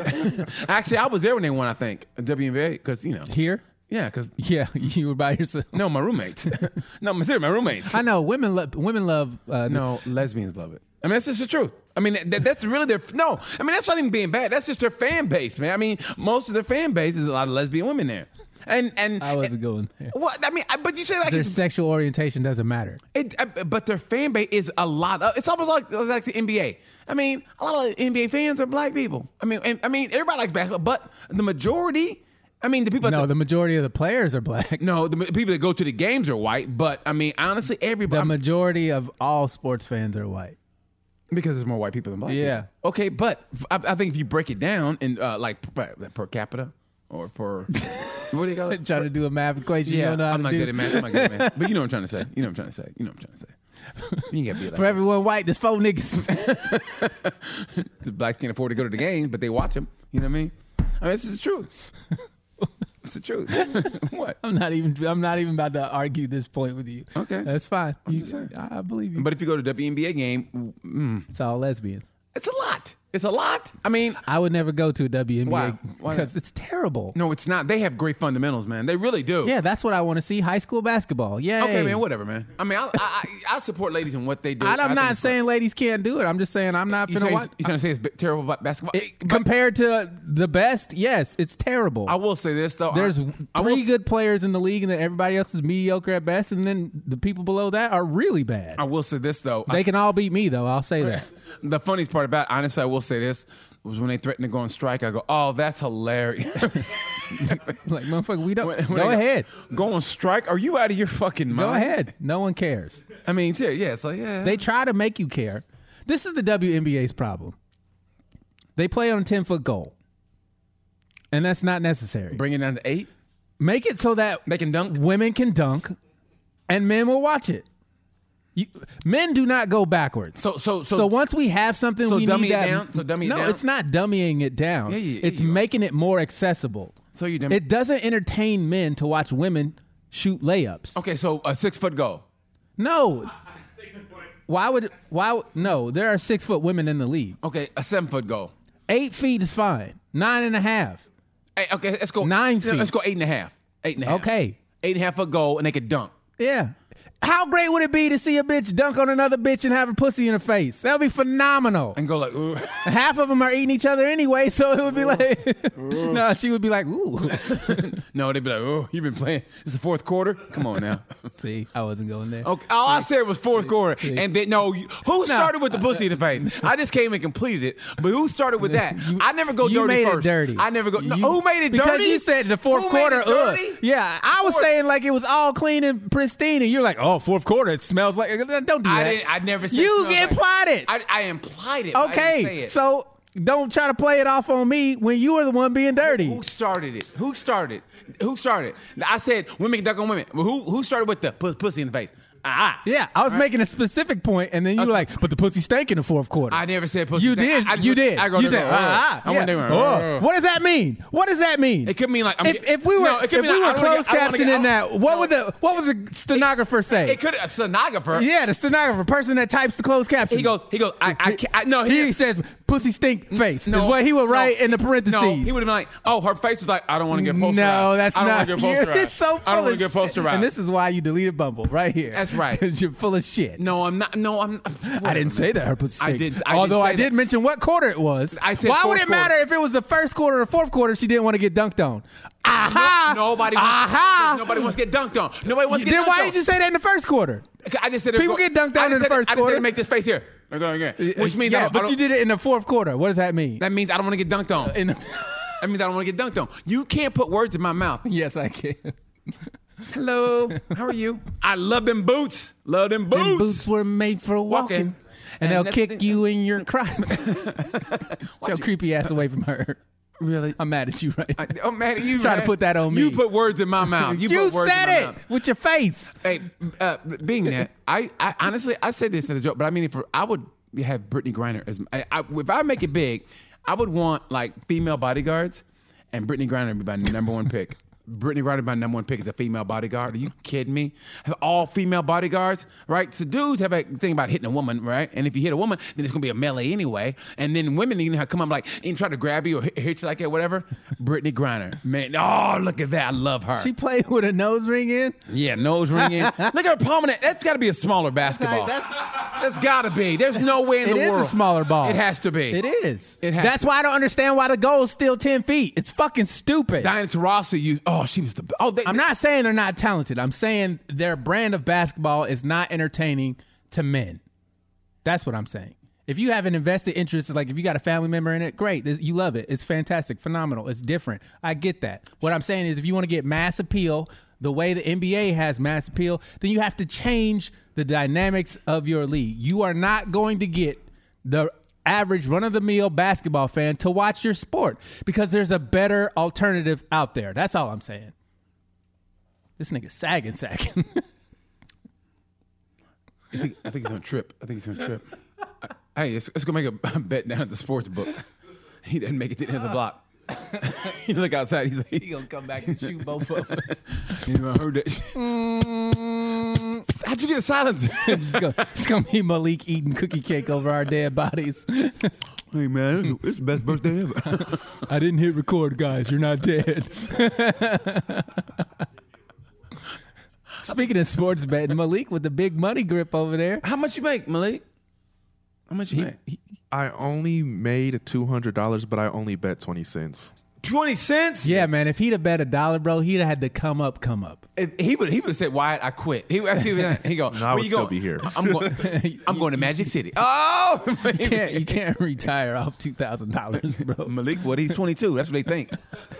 B: actually I was there when they won I think WNBA because you know
A: here.
B: yeah because
A: Yeah, you were by yourself.
B: No, my roommate. no, my seriously, my roommates.
A: I know women. Lo- women love. Uh,
B: no, lesbians love it. I mean, that's just the truth. I mean, that, that's really their no. I mean, that's not even being bad. That's just their fan base, man. I mean, most of their fan base is a lot of lesbian women there, and and
A: I wasn't going there.
B: What I mean, I, but you say like
A: Their
B: it's,
A: sexual orientation doesn't matter.
B: it, I, but their fan base is a lot. Of, it's almost like it's like the NBA. I mean, a lot of NBA fans are black people. I mean, and I mean everybody likes basketball, but the majority. I mean, the people. at
A: No,
B: the,
A: the majority of the players are black.
B: no, the people that go to the games are white. But I mean, honestly, everybody.
A: The majority of all sports fans are white.
B: Because there's more white people than black.
A: Yeah.
B: people. Okay, but f- I, I think if you break it down and uh, like per, per capita or per what do you call it?
A: Trying to do a math equation. you
B: yeah,
A: don't know how
B: I'm
A: to
B: not
A: do.
B: good at math. I'm not good at math. But you know what I'm trying to say. You know what I'm trying to say. You know what I'm trying to say. You gotta be like
A: For everyone white, there's four niggas.
B: the blacks can't afford to go to the games, but they watch them. You know what I mean? I mean, this is the truth. It's the truth. what?
A: I'm not even. I'm not even about to argue this point with you.
B: Okay.
A: that's fine. You-
B: just saying.
A: I I believe you.
B: But if you go to WNBA game, mm,
A: It's all lesbians.
B: it's a lot. It's a lot. I mean,
A: I would never go to a
B: Why?
A: WNBA
B: Why not?
A: because it's terrible.
B: no, it's not. They have great fundamentals, man. They really do.
A: Yeah, that's what I want to see. High school basketball. Yay.
B: Okay, man, whatever, man. I mean, I I, I- I support ladies in what they do.
A: And
B: I
A: I'm
B: think
A: not
B: it's-
A: saying ladies can't do it. I'm just saying I'm not
B: You
A: gonna
B: say,
A: watch.
B: you trying to say it's b- terrible ba- basketball?
A: It- compared to the best, yes, it's terrible.
B: I will say this though.
A: There's
B: I,
A: three
B: I will,
A: good players in the league, and then everybody else is mediocre at best, and then the people below that are really bad.
B: I will say this though.
A: they can all beat me, though. I'll say that.
B: the funniest part about, it, honestly, I will say this was when they threatened to go on strike. I go, oh, that's hilarious.
A: Like motherfucker, we don't.
B: When- when
A: go
B: they
A: ahead.
B: Go on strike? Are you out of your fucking mind?
A: Go ahead. No one cares.
B: I mean, yeah, yeah. It's like yeah.
A: They try to make you care. This is the WNBA's problem. They play on a 10 foot goal, and that's not necessary.
B: bring it down to eight.
A: Make it so that
B: They can dunk.
A: women can dunk and men will watch it. You, men do not go backwards.
B: So so so.
A: So once we have something,
B: So
A: we
B: dummy
A: need
B: it
A: that.
B: down? So dummy it
A: no,
B: down?
A: it's not dummying it down.
B: Yeah, yeah, yeah,
A: it's
B: you are.
A: making it more accessible.
B: So you dummy-
A: It doesn't entertain men to watch women shoot layups.
B: okay, so a six foot goal.
A: No. Why would why would- no? There are six foot women in the league.
B: Okay, a seven foot goal.
A: Eight feet is fine. Nine and a half.
B: Hey, okay, let's go
A: Nine
B: no, Let's
A: feet.
B: go eight and a half. Eight and a half.
A: Okay.
B: Eight and a half a goal, and they could dunk.
A: Yeah. How great would it be to see a bitch dunk on another bitch and have a pussy in her face? That would be phenomenal.
B: and go like, "Ooh."
A: Half of them are eating each other anyway, so it would be like, no, she would be like, ooh.
B: no, they'd be like, oh, you've been playing. It's the fourth quarter. Come on now.
A: See, I wasn't going there.
B: Okay, all I said was fourth quarter, and then no, you- who started with the pussy in the face? I just came and completed it, but who started with that? I never go
A: you
B: dirty
A: made
B: first.
A: It dirty.
B: I never go. no,
A: You-
B: who made it
A: because
B: dirty?
A: you said the fourth
B: Who made
A: quarter.
B: it
A: ugh.
B: dirty?
A: Yeah, I was
B: Fourth-
A: saying like it was all clean and pristine, and you're like, oh, fourth quarter, it smells like. uh, Don't do that.
B: I didn't. I never. Said
A: you
B: smells like-
A: implied it.
B: I, I implied it. but I didn't say
A: okay,
B: it.
A: so don't try to play it off on me when you were the one being dirty.
B: Who started it? Who started? Who started? I said women can duck on women. Well, Who who started with the pu- pussy in the face? Ah, ah.
A: yeah, I was making a specific point, and then you were like, "But the pussy stank in the fourth quarter."
B: I never said pussy
A: You
B: stank.
A: did.
B: I- I just
A: you
B: went-
A: did.
B: I go,
A: you
B: no,
A: said,
B: no,
A: "Ah,
B: I
A: yeah.
B: went there,
A: Oh,
B: uh,
A: What does that mean? What does that mean?
B: It could mean like I'm
A: if,
B: get-
A: if we were
B: No, it could
A: if
B: mean
A: we
B: like,
A: were
B: I don't wanna
A: closed
B: get- I don't wanna
A: captioning
B: get-
A: that, what
B: no.
A: would the what would the stenographer say?
B: It could a stenographer.
A: Yeah, the stenographer, person that types the closed caption.
B: He goes. He goes. I. I, can't, I no.
A: he says, "Pussy stink face." is what he would write
B: no,
A: in the parentheses.
B: No, he would have been like, "Oh, her face was like, I don't want to get posterized.
A: No, that's
B: I don't
A: not.
B: Want to get posterized.
A: it's so full
B: I don't want
A: of
B: to get
A: shit.
B: posterized.
A: And this is why you deleted Bumble right here.
B: That's right.
A: Because you're full of shit.
B: no, I'm not. No, I'm.
A: I didn't say that her pussy
B: I
A: stink.
B: did- I did
A: Although
B: say
A: I did
B: that.
A: mention what quarter it was.
B: I said
A: why would
B: fourth
A: it matter if it was the first quarter or fourth quarter? She didn't want to get dunked on. Aha!
B: Nobody. Wants,
A: Aha!
B: Nobody wants to get dunked on. Nobody wants to get
A: then
B: dunked
A: why
B: on.
A: did you say that in the first quarter?
B: I just said
A: People
B: go-
A: get dunked
B: I
A: on
B: just
A: in the
B: said-
A: first
B: I just said
A: quarter.
B: make this face here. They're going again. Which means I
A: Uh, yeah,
B: don't- I
A: but
B: don't-
A: you did it in the fourth quarter. What does that mean?
B: That means I don't want to get dunked on.
A: in the,
B: That means I don't want to get dunked on. You can't put words in my mouth.
A: yes, I can.
B: Hello, how are you? I love them boots. Love them boots.
A: Them boots were made for walking,
B: Walking.
A: and,
B: And
A: they'll
B: that's
A: kick
B: the-
A: you in your crotch. Get your creepy ass away from her.
B: Really?
A: I'm mad at you right now.
B: I, am mad at you.
A: Try to
B: man.
A: put that on me.
B: You put words in my mouth. You, put words in my
A: said it
B: mouth.
A: with your face.
B: Hey, uh, being that, I, I honestly, I said this as a joke, but I mean, it for I would have Brittany Griner as I, I, if I make it big, I would want like female bodyguards, and Brittany Griner would be my number one pick. Brittany Griner, my number one pick is a female bodyguard. Are you kidding me? Have all female bodyguards, right? So dudes have a thing about hitting a woman, right? And if you hit a woman, then it's gonna be a melee anyway. And then women, you know, come up like and try to grab you or hit, hit you like that, whatever. Brittany Griner, man, oh look at that, I love her.
A: She played with a nose ring in.
B: Yeah, nose ring in. Look at her prominent. That's got to be a smaller basketball.
A: that's-
B: that's got to be. There's no way in
A: It
B: the
A: is
B: world.
A: a smaller ball.
B: It has to be.
A: It is.
B: It has
A: That's
B: to-
A: why I don't understand why the goal is still ten feet. It's fucking stupid.
B: Diana Taurasi used. Oh, she was the. Oh, they,
A: I'm not saying they're not talented. I'm saying their brand of basketball is not entertaining to men. That's what I'm saying. If you have an invested interest, like if you got a family member in it, great. This, you love it. It's fantastic, phenomenal. It's different. I get that. What I'm saying is, if you want to get mass appeal, the way the NBA has mass appeal, then you have to change the dynamics of your league. You are not going to get the average run of the mill basketball fan to watch your sport because there's a better alternative out there. That's all I'm saying. This nigga sagging, sagging.
B: I think, I think he's on a trip. I think he's on a trip. Hey, it's, it's gonna make a bet down at the sports book. He didn't make it to the end of the block. you look outside. He's like,
A: gonna come back and shoot both of us.
B: you know, I heard that. shit." How'd you get a silencer?
A: it's, gonna, it's gonna be Malik eating cookie cake over our dead bodies.
C: Hey man, it's, it's the best birthday ever.
A: I didn't hit record, guys. You're not dead. Speaking of sports betting, Malik with the big money grip over there.
B: How much you make, Malik? How much you make?
C: I only made two hundred dollars, but I only bet twenty cents.
B: Twenty cents.
A: Yeah, man. If he'd have bet a dollar, bro, he'd have had to come up, come up.
B: If he would he would have said, "Why I quit." He would he, would- he go, "Where
C: would
B: you
C: still
B: going?"
C: be here.
B: I'm going. I'm going to Magic City. Oh,
A: You can't, you can't retire off two thousand dollars, bro.
B: Malik What? He's 22. That's what they think.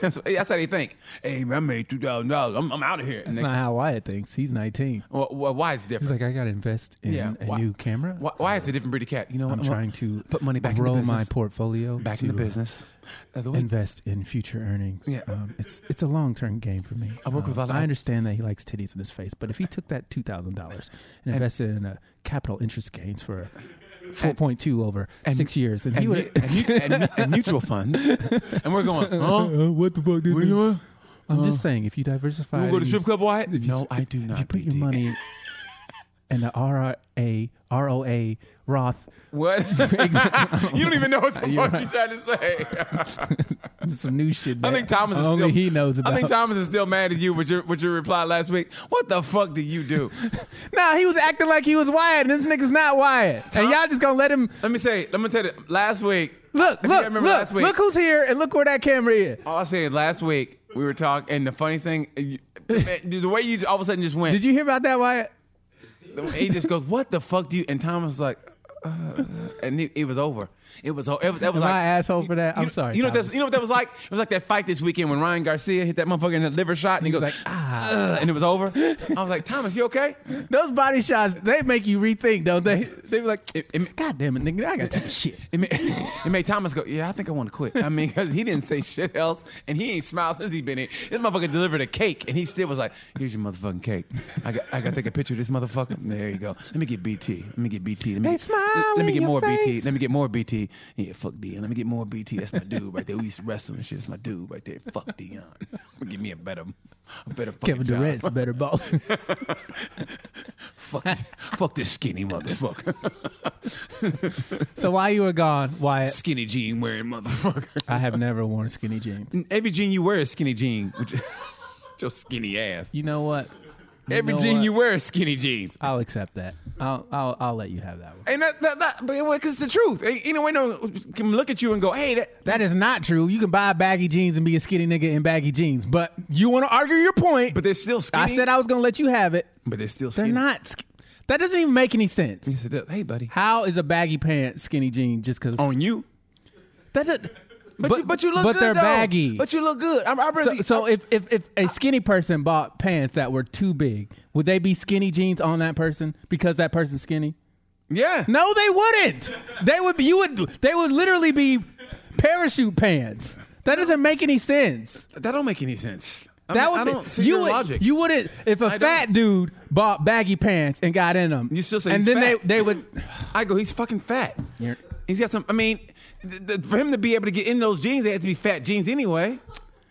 B: That's, what- that's how they think. Hey, man, I made two thousand dollars. I'm, I'm out of here.
A: That's not how Wyatt thinks. He's nineteen.
B: well, well, why is it
A: He's
B: different?
A: like, I gotta invest in
B: yeah,
A: a
B: why-
A: new camera.
B: Why, why it's a different breed of cat? You know,
A: I'm
B: what?
A: trying to
B: put money back
A: grow
B: in the
A: my
B: business.
A: portfolio,
B: back in the
A: to, uh,
B: business. Uh, the way-
A: invest in future earnings.
B: Yeah.
A: Um, it's it's a long term game for me. Um,
B: I work with a lot of-
A: I understand that he likes titties in his face, but if he took that two thousand dollars and invested in a capital interest gains for four point two over
B: and-
A: six years, then he
B: and, mu-
A: would.
B: and, mu- and, mu- and mutual funds, and we're going. Huh?
A: what the fuck? Did
B: uh, What you want? Uh,
A: I'm just saying, if you diversify,
B: We'll go to strip club, Wyatt.
A: If you,
B: No, I do
A: If you
B: not.
A: put your
B: BD.
A: money and the RRA, ROA, Roth,
B: What? you don't even know what the fuck
A: right.
B: you trying to say.
A: some new shit.
B: I
A: that
B: think Thomas is
A: only
B: still,
A: he knows about.
B: I think Thomas is still mad at you with your with your reply last week. What the fuck did you do?
A: Nah, he was acting like he was wired, and this nigga's not wired.
B: Tom-
A: and y'all just gonna let him
B: let me say. Let me tell you. Last week.
A: look,
B: if you
A: look,
B: remember
A: look,
B: last week,
A: look who's here, and look where that camera is.
B: All I said last week we were talking, and the funny thing, you- man, the way you all of a sudden just went.
A: Did you hear about that, Wyatt?
B: he just goes, "What the fuck do you?" And Thomas was like, uh, and it, it was over. It was. o- It was, that was
A: Am I
B: like
A: an asshole for that?
B: You,
A: I'm
B: know-
A: sorry,
B: You know what
A: Thomas.
B: that's, you know what that was like? It was like that fight this weekend when Ryan Garcia hit that motherfucker in the liver shot, and he
A: He
B: goes
A: was like, ah.
B: "Ugh," and it was over. I was like, Thomas, you okay?
A: Those body shots, they make you rethink, don't they? They be like,
B: It- it-
A: God damn it, nigga, I gotta take a shit.
B: It made, it made Thomas go, yeah, I think I want to quit. I mean, because he didn't say shit else, and he ain't smiled since he been here. This motherfucker delivered a cake, and he still was like, here's your motherfucking cake. I got, I got to take a picture of this motherfucker. There you go. Let me get BT. Let me get BT. Let me,
A: They
B: get-
A: smile
B: Let me get
A: in your
B: more BT.
A: face.
B: Let me get more BT. Yeah, fuck Dion. Let me get more BT. That's my dude right there. We used to wrestle and shit. That's my dude right there. Fuck Dion. Give me a better, a better fucking
A: Kevin
B: job.
A: Durant's a better ball.
B: Fuck, this- fuck this skinny motherfucker.
A: so while you were gone, Wyatt,
B: Skinny jean wearing motherfucker.
A: I have never worn skinny jeans.
B: Every jean you wear is skinny jean. Which, with your skinny ass.
A: You know what? You
B: Every
A: know
B: jean
A: what?
B: you wear is skinny jeans.
A: I'll accept that. I'll, I'll I'll let you have that one.
B: And that, that, that but because it's the truth. Ain't, ain't no way no can look at you and go, hey, that.
A: That is not true. You can buy baggy jeans and be a skinny nigga in baggy jeans, but you want to argue your point.
B: But they're still skinny.
A: I said I was gonna let you have it.
B: But they're still
A: They're
B: skinny.
A: not. sk- That doesn't even make any sense.
B: Yes, it does. Hey, buddy.
A: How is a baggy pants skinny jean just because?
B: On you.
A: that doesn't-
B: But, you, but you look
A: but
B: good
A: they're
B: though.
A: baggy.
B: But you look good. I'm, I
A: so,
B: really,
A: so if, if if a skinny person bought pants that were too big, would they be skinny jeans on that person because that person's skinny?
B: yeah.
A: No, they wouldn't. They would. be- You would. They would literally be parachute pants. That doesn't make any sense.
B: That don't make any sense. I
A: That
B: mean,
A: would
B: I
A: be-
B: don't see
A: you
B: your
A: would,
B: logic.
A: You wouldn't if a
B: don't.
A: fat dude bought baggy pants and got in them.
B: You still say
A: and
B: he's
A: then
B: fat.
A: they they would.
B: I go, he's fucking fat.
A: You're-
B: He's got some. I mean, th- th- for him to be able to get in those jeans, they have to be fat jeans anyway.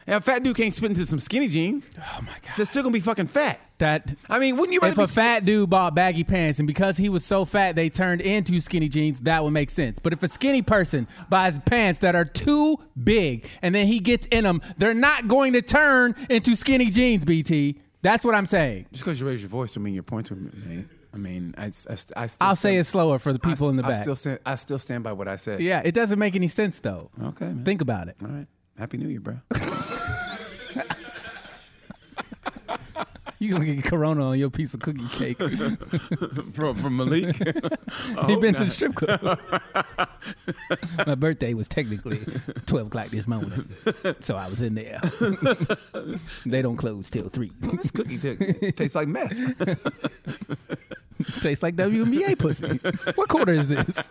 B: And a fat dude can't spit into some skinny jeans. Oh my god, they're still gonna be fucking fat.
A: That
B: I mean, wouldn't you rather
A: if
B: be
A: a fat dude bought baggy pants and because he was so fat they turned into skinny jeans, that would make sense. But if a skinny person buys pants that are too big and then he gets in them, they're not going to turn into skinny jeans. BT, that's what I'm saying.
B: Just because you raise your voice, I mean, your points were made. I mean, I, I, I still
A: I'll
B: stand-
A: say it slower for the
B: I-
A: people in the
B: I
A: back.
B: still, stand, I still stand by what I said.
A: yeah, it doesn't make any sense though.
B: Okay. Man.
A: Think about it.
B: All right. Happy New Year, bro.
A: You gonna get corona on your piece of cookie cake? He
B: from, from Malik.
A: been to the strip club. Oh, My birthday was technically twelve o'clock this morning, so I was in there. they don't close till three.
B: this cookie t- tastes like meth.
A: Tastes like WNBA pussy. What quarter is this?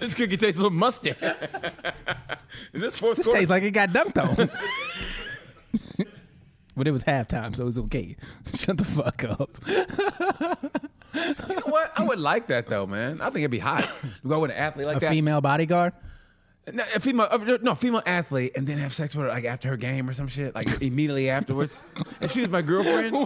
B: this cookie tastes a little musty. Is this fourth
A: This
B: quarter?
A: tastes like it got dunked on. but it was halftime, so it was okay. Shut the fuck up.
B: You know what? I would like that though, man. I think it'd be hot. You go with an athlete like
A: A
B: that.
A: female bodyguard.
B: No, a female, uh, no, female athlete, and then have sex with her like after her game or some shit, like immediately afterwards. If she was my girlfriend,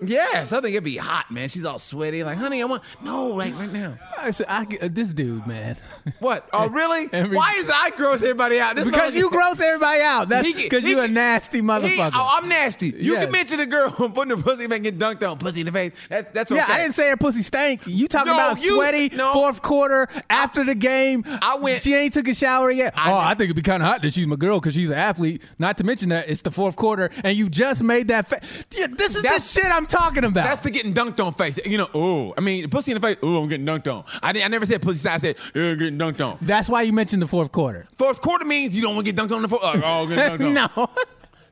B: yes, I think it'd be hot, man. She's all sweaty, like, honey, I want no, right, right now.
A: I said, I, uh, this dude, man.
B: What? Oh, really?
A: Every-
B: Why is I gross everybody out? This
A: Because
B: motherfucker-
A: you gross everybody out. That's
B: He can-
A: because
B: he
A: you a
B: can-
A: nasty motherfucker.
B: He- oh, I'm nasty. You
A: Yes.
B: can mention a girl putting her pussy back and get dunked on, pussy in the face. That's that's okay.
A: Yeah, I didn't say her pussy stank. You talking
B: No,
A: about
B: you-
A: sweaty
B: no.
A: fourth quarter after the game?
B: I went-
A: She ain't took a shower yet.
B: I-
A: oh, I think it'd be kind of hot that she's my girl because she's an athlete. Not to mention that it's the fourth quarter and you just made that. Fa- yeah, this is
B: That's-
A: the shit I'm talking about.
B: That's the getting dunked on face. You know, oh, I mean, pussy in the face. Oh, I'm getting dunked on. I, didn't, I never said pussy side. I said, yeah, getting dunked on.
A: That's why you mentioned the fourth quarter.
B: Fourth quarter means you don't want to get dunked on in the fourth. Like, oh, getting dunked on.
A: no.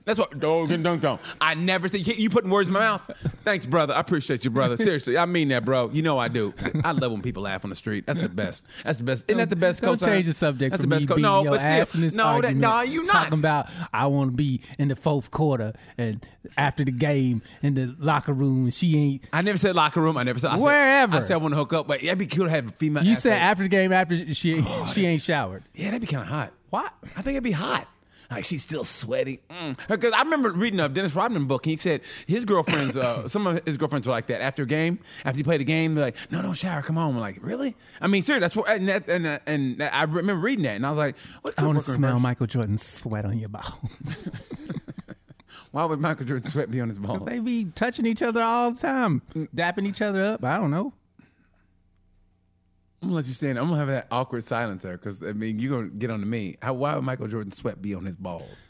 B: That's what dog and dunked on. I never said you, you putting words in my mouth. Thanks, brother. I appreciate you, brother. Seriously, I mean that, bro. You know I do. I love when people laugh on the street. That's the best. That's the best. Isn't that the best?
A: Don't
B: cosign?
A: change the subject
B: That's
A: from
B: the best.
A: me
B: co-
A: beating
B: no,
A: your
B: but
A: ass
B: still,
A: in this
B: no, that,
A: argument.
B: no, you not.
A: talking about I want to be in the fourth quarter and after the game in the locker room and she ain't.
B: I never said locker room. I never said I said-
A: Wherever.
B: I said I want to hook up, but yeah, it'd be cool to have a female.
A: You
B: athlete. Oh,
A: said after the game after she she ain't showered.
B: yeah, that'd be kind of hot.
A: What?
B: I think it'd be hot. Like she's still sweaty. Because Mm. I remember reading a Dennis Rodman book, and he said his girlfriends, uh, some of his girlfriends were like that after a game, after you play the game, they're like, "No, don't shower, come on." We're like, "Really?" I mean, seriously, that's what. And that, and, uh, and I remember reading that, and I was like, "What?" could
A: I want
B: work
A: to
B: in
A: smell
B: reverse?
A: Michael Jordan's sweat on your balls.
B: Why would Michael Jordan sweat be on his balls?
A: they be touching each other all the time, dapping each other up. I don't know.
B: I'm gonna let you stand. I'm gonna have that awkward silence there because I mean you're gonna get on to me. How, why would Michael Jordan sweat be on his balls?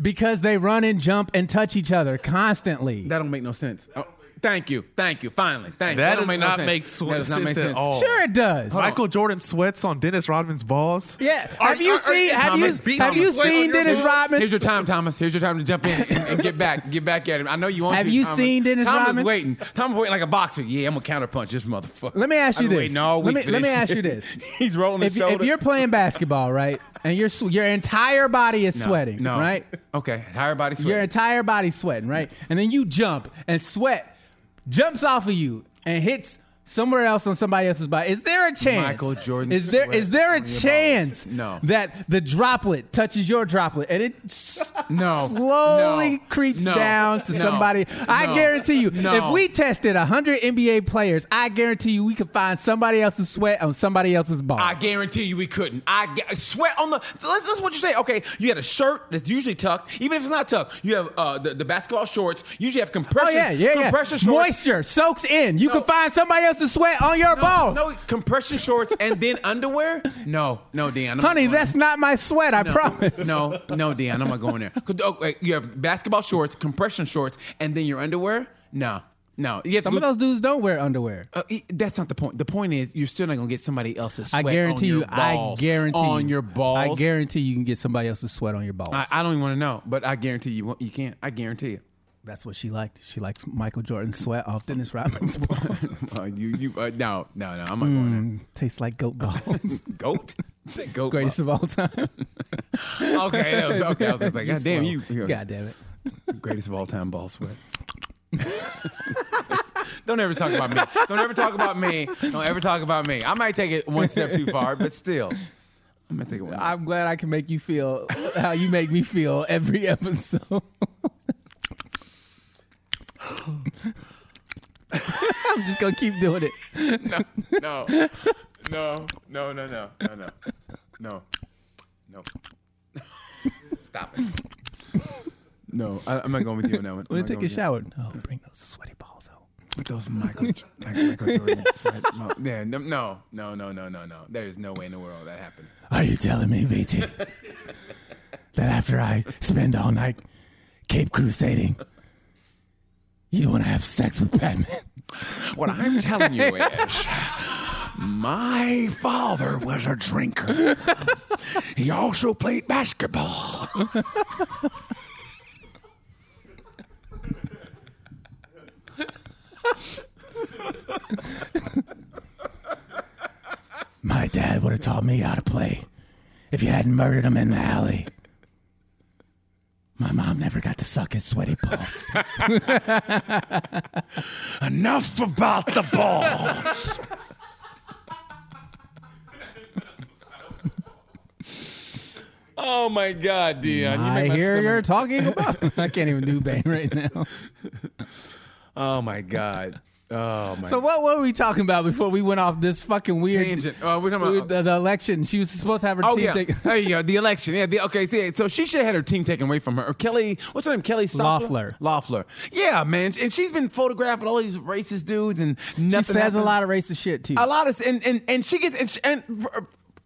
A: Because they run and jump and touch each other constantly.
B: That don't make no sense. Oh, thank you, thank you. Finally, thank you.
D: That
B: don't
D: does not make
B: sense.
D: sw-
B: That does not make
D: sense at
B: sense
D: all.
A: sure it does.
C: Michael Jordan sweats on Dennis Rodman's balls.
A: Yeah.
D: Are-
A: have you
D: are- are-
A: seen have
D: Thomas,
A: you
D: be
A: have you
D: Thomas. Wait on
A: seen
D: your
A: Dennis
D: balls.
A: Rodman?
B: Here's your time, Thomas. Here's your time to jump in and, and get back, get back at him. I know you want
A: Have
B: to.
A: you
B: Thomas.
A: seen Dennis
B: Thomas
A: Rodman?
B: waiting. Thomas waiting like a boxer. Yeah, I'm gonna counterpunch this motherfucker.
A: Let me ask
B: I've
A: you
B: been
A: this.
B: Waiting all
A: Let
B: week
A: me-
B: for
A: let me ask
B: shit.
A: you this.
B: He's rolling his
A: if, you-
B: shoulder.
A: if you're playing basketball, right, and your sw- your entire body is
B: No,
A: sweating,
B: no.
A: right?
B: Okay, higher body sweat.
A: Your entire body sweating, right? And then you jump and sweat jumps off of you and hits somewhere else on somebody else's body. Is there a chance?
B: Michael Jordan
A: Is there
B: sweat
A: is there a
B: on your balls.
A: chance
B: No.
A: that the droplet touches your droplet and it s-
B: No.
A: slowly
B: No.
A: creeps
B: No.
A: down to
B: No.
A: somebody? I
B: No.
A: guarantee you,
B: No.
A: if we tested 100 NBA players, I guarantee you we could find somebody else's sweat on somebody else's ball.
B: I guarantee you we couldn't. I gu- sweat on the. That's, that's what you say. Okay, you had a shirt that's usually tucked, even if it's not tucked. You have uh, the, the basketball shorts. Usually have compression.
A: Oh yeah, yeah, yeah.
B: Compression shorts.
A: Moisture soaks in. You
B: No.
A: can find somebody else's sweat on your
B: No,
A: balls.
B: No compression shorts and then underwear. No, no, Dion. I'm not
A: Honey,
B: going
A: that's not my sweat, I
B: there. no,
A: promise.
B: No, no, Dion. I'm not going there. Could- oh, wait, you have basketball shorts, compression shorts, and then your underwear. No, no. Yes,
A: Some of those dudes don't wear underwear.
B: Uh, e- that's not the point. The point is you're still not gonna get somebody else's.
A: I
B: Sweat
A: guarantee
B: on
A: you,
B: your
A: I
B: balls.
A: guarantee
B: on
A: you.
B: your balls.
A: I guarantee you can get somebody else's sweat on your balls.
B: I, I don't even want to know, but I guarantee you won't- you can't. I guarantee it.
A: that's what she liked. She likes Michael Jordan's sweat off Dennis Rodman's balls. Mm,
B: Uh, you you uh, no no no. I'm not going
A: Tastes like goat balls.
B: there. Goat. Is that Goat.
A: Greatest of all time.
B: ball? Okay. That was, okay. I was just like, God damn you.
A: Slow. God damn it.
B: Greatest of all time ball sweat. Don't ever talk about me. Don't ever talk about me. Don't ever talk about me. I might take it one step too far, but still, I'm gonna take it one.
A: I'm glad I can make you feel how you make me feel every episode. I'm just gonna keep doing it.
B: no, no, no, no, no, no, no, no, no, no. Stop it. No, I, I'm not going with you on that one. I'm
A: We're
B: not
A: gonna take
B: going
A: a
B: with you.
A: shower. Oh, bring those sweaty balls out.
B: With those Michael, like Michael Jordan sweat. mo- Yeah, no, no, no, no, no, no, no. There is no way in the world that happened.
A: Are you telling me, BT, that after I spend all night Cape Crusading, you want to have sex with Batman?
B: What I'm telling you is, my father was a drinker. He also played basketball.
A: My dad would have taught me how to play if you hadn't murdered him in the alley. My mom never got to suck his sweaty balls.
B: Enough about the ball. oh my God, Dion! You make
A: I
B: my
A: hear
B: stomach-
A: you're talking about. I can't even do Bane right now.
B: Oh my God. Oh my.
A: So what were we talking about before we went off this fucking weird
B: Tangent. Uh, we're talking about-
A: the, the election? She was supposed to have her
B: Oh
A: team
B: yeah,
A: take
B: there you go. The election, yeah. The, okay, see, so she should have had her team taken away from her. Or Kelly, what's her name? Kelly Stoffler?
A: Loeffler.
B: Loeffler. Yeah, man. And she's been photographing all these racist dudes, and
A: She
B: nothing
A: says a
B: happened.
A: lot of racist shit too.
B: a lot of and and, and she gets and, she- and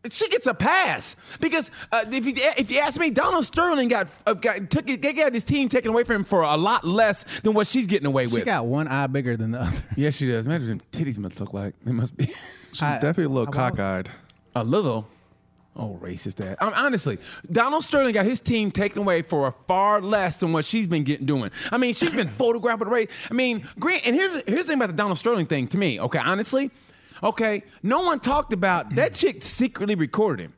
B: she gets a pass because uh, if you if you ask me, Donald Sterling got uh, got took it, they got his team taken away from him for a lot less than what she's getting away
A: She
B: with.
A: got one eye bigger than the other.
B: yeah, she does. Imagine them titties must look like they must be
C: She's
A: I-
C: definitely a little
A: I won't-
C: cockeyed.
B: a little. Oh, racist that. I'm honestly, Donald Sterling got his team taken away for a far less than what she's been getting doing. I mean, she's been photographing race. I mean, Grant, and here's here's the thing about the Donald Sterling thing to me. Okay, honestly, okay, no one talked about that chick secretly recorded him.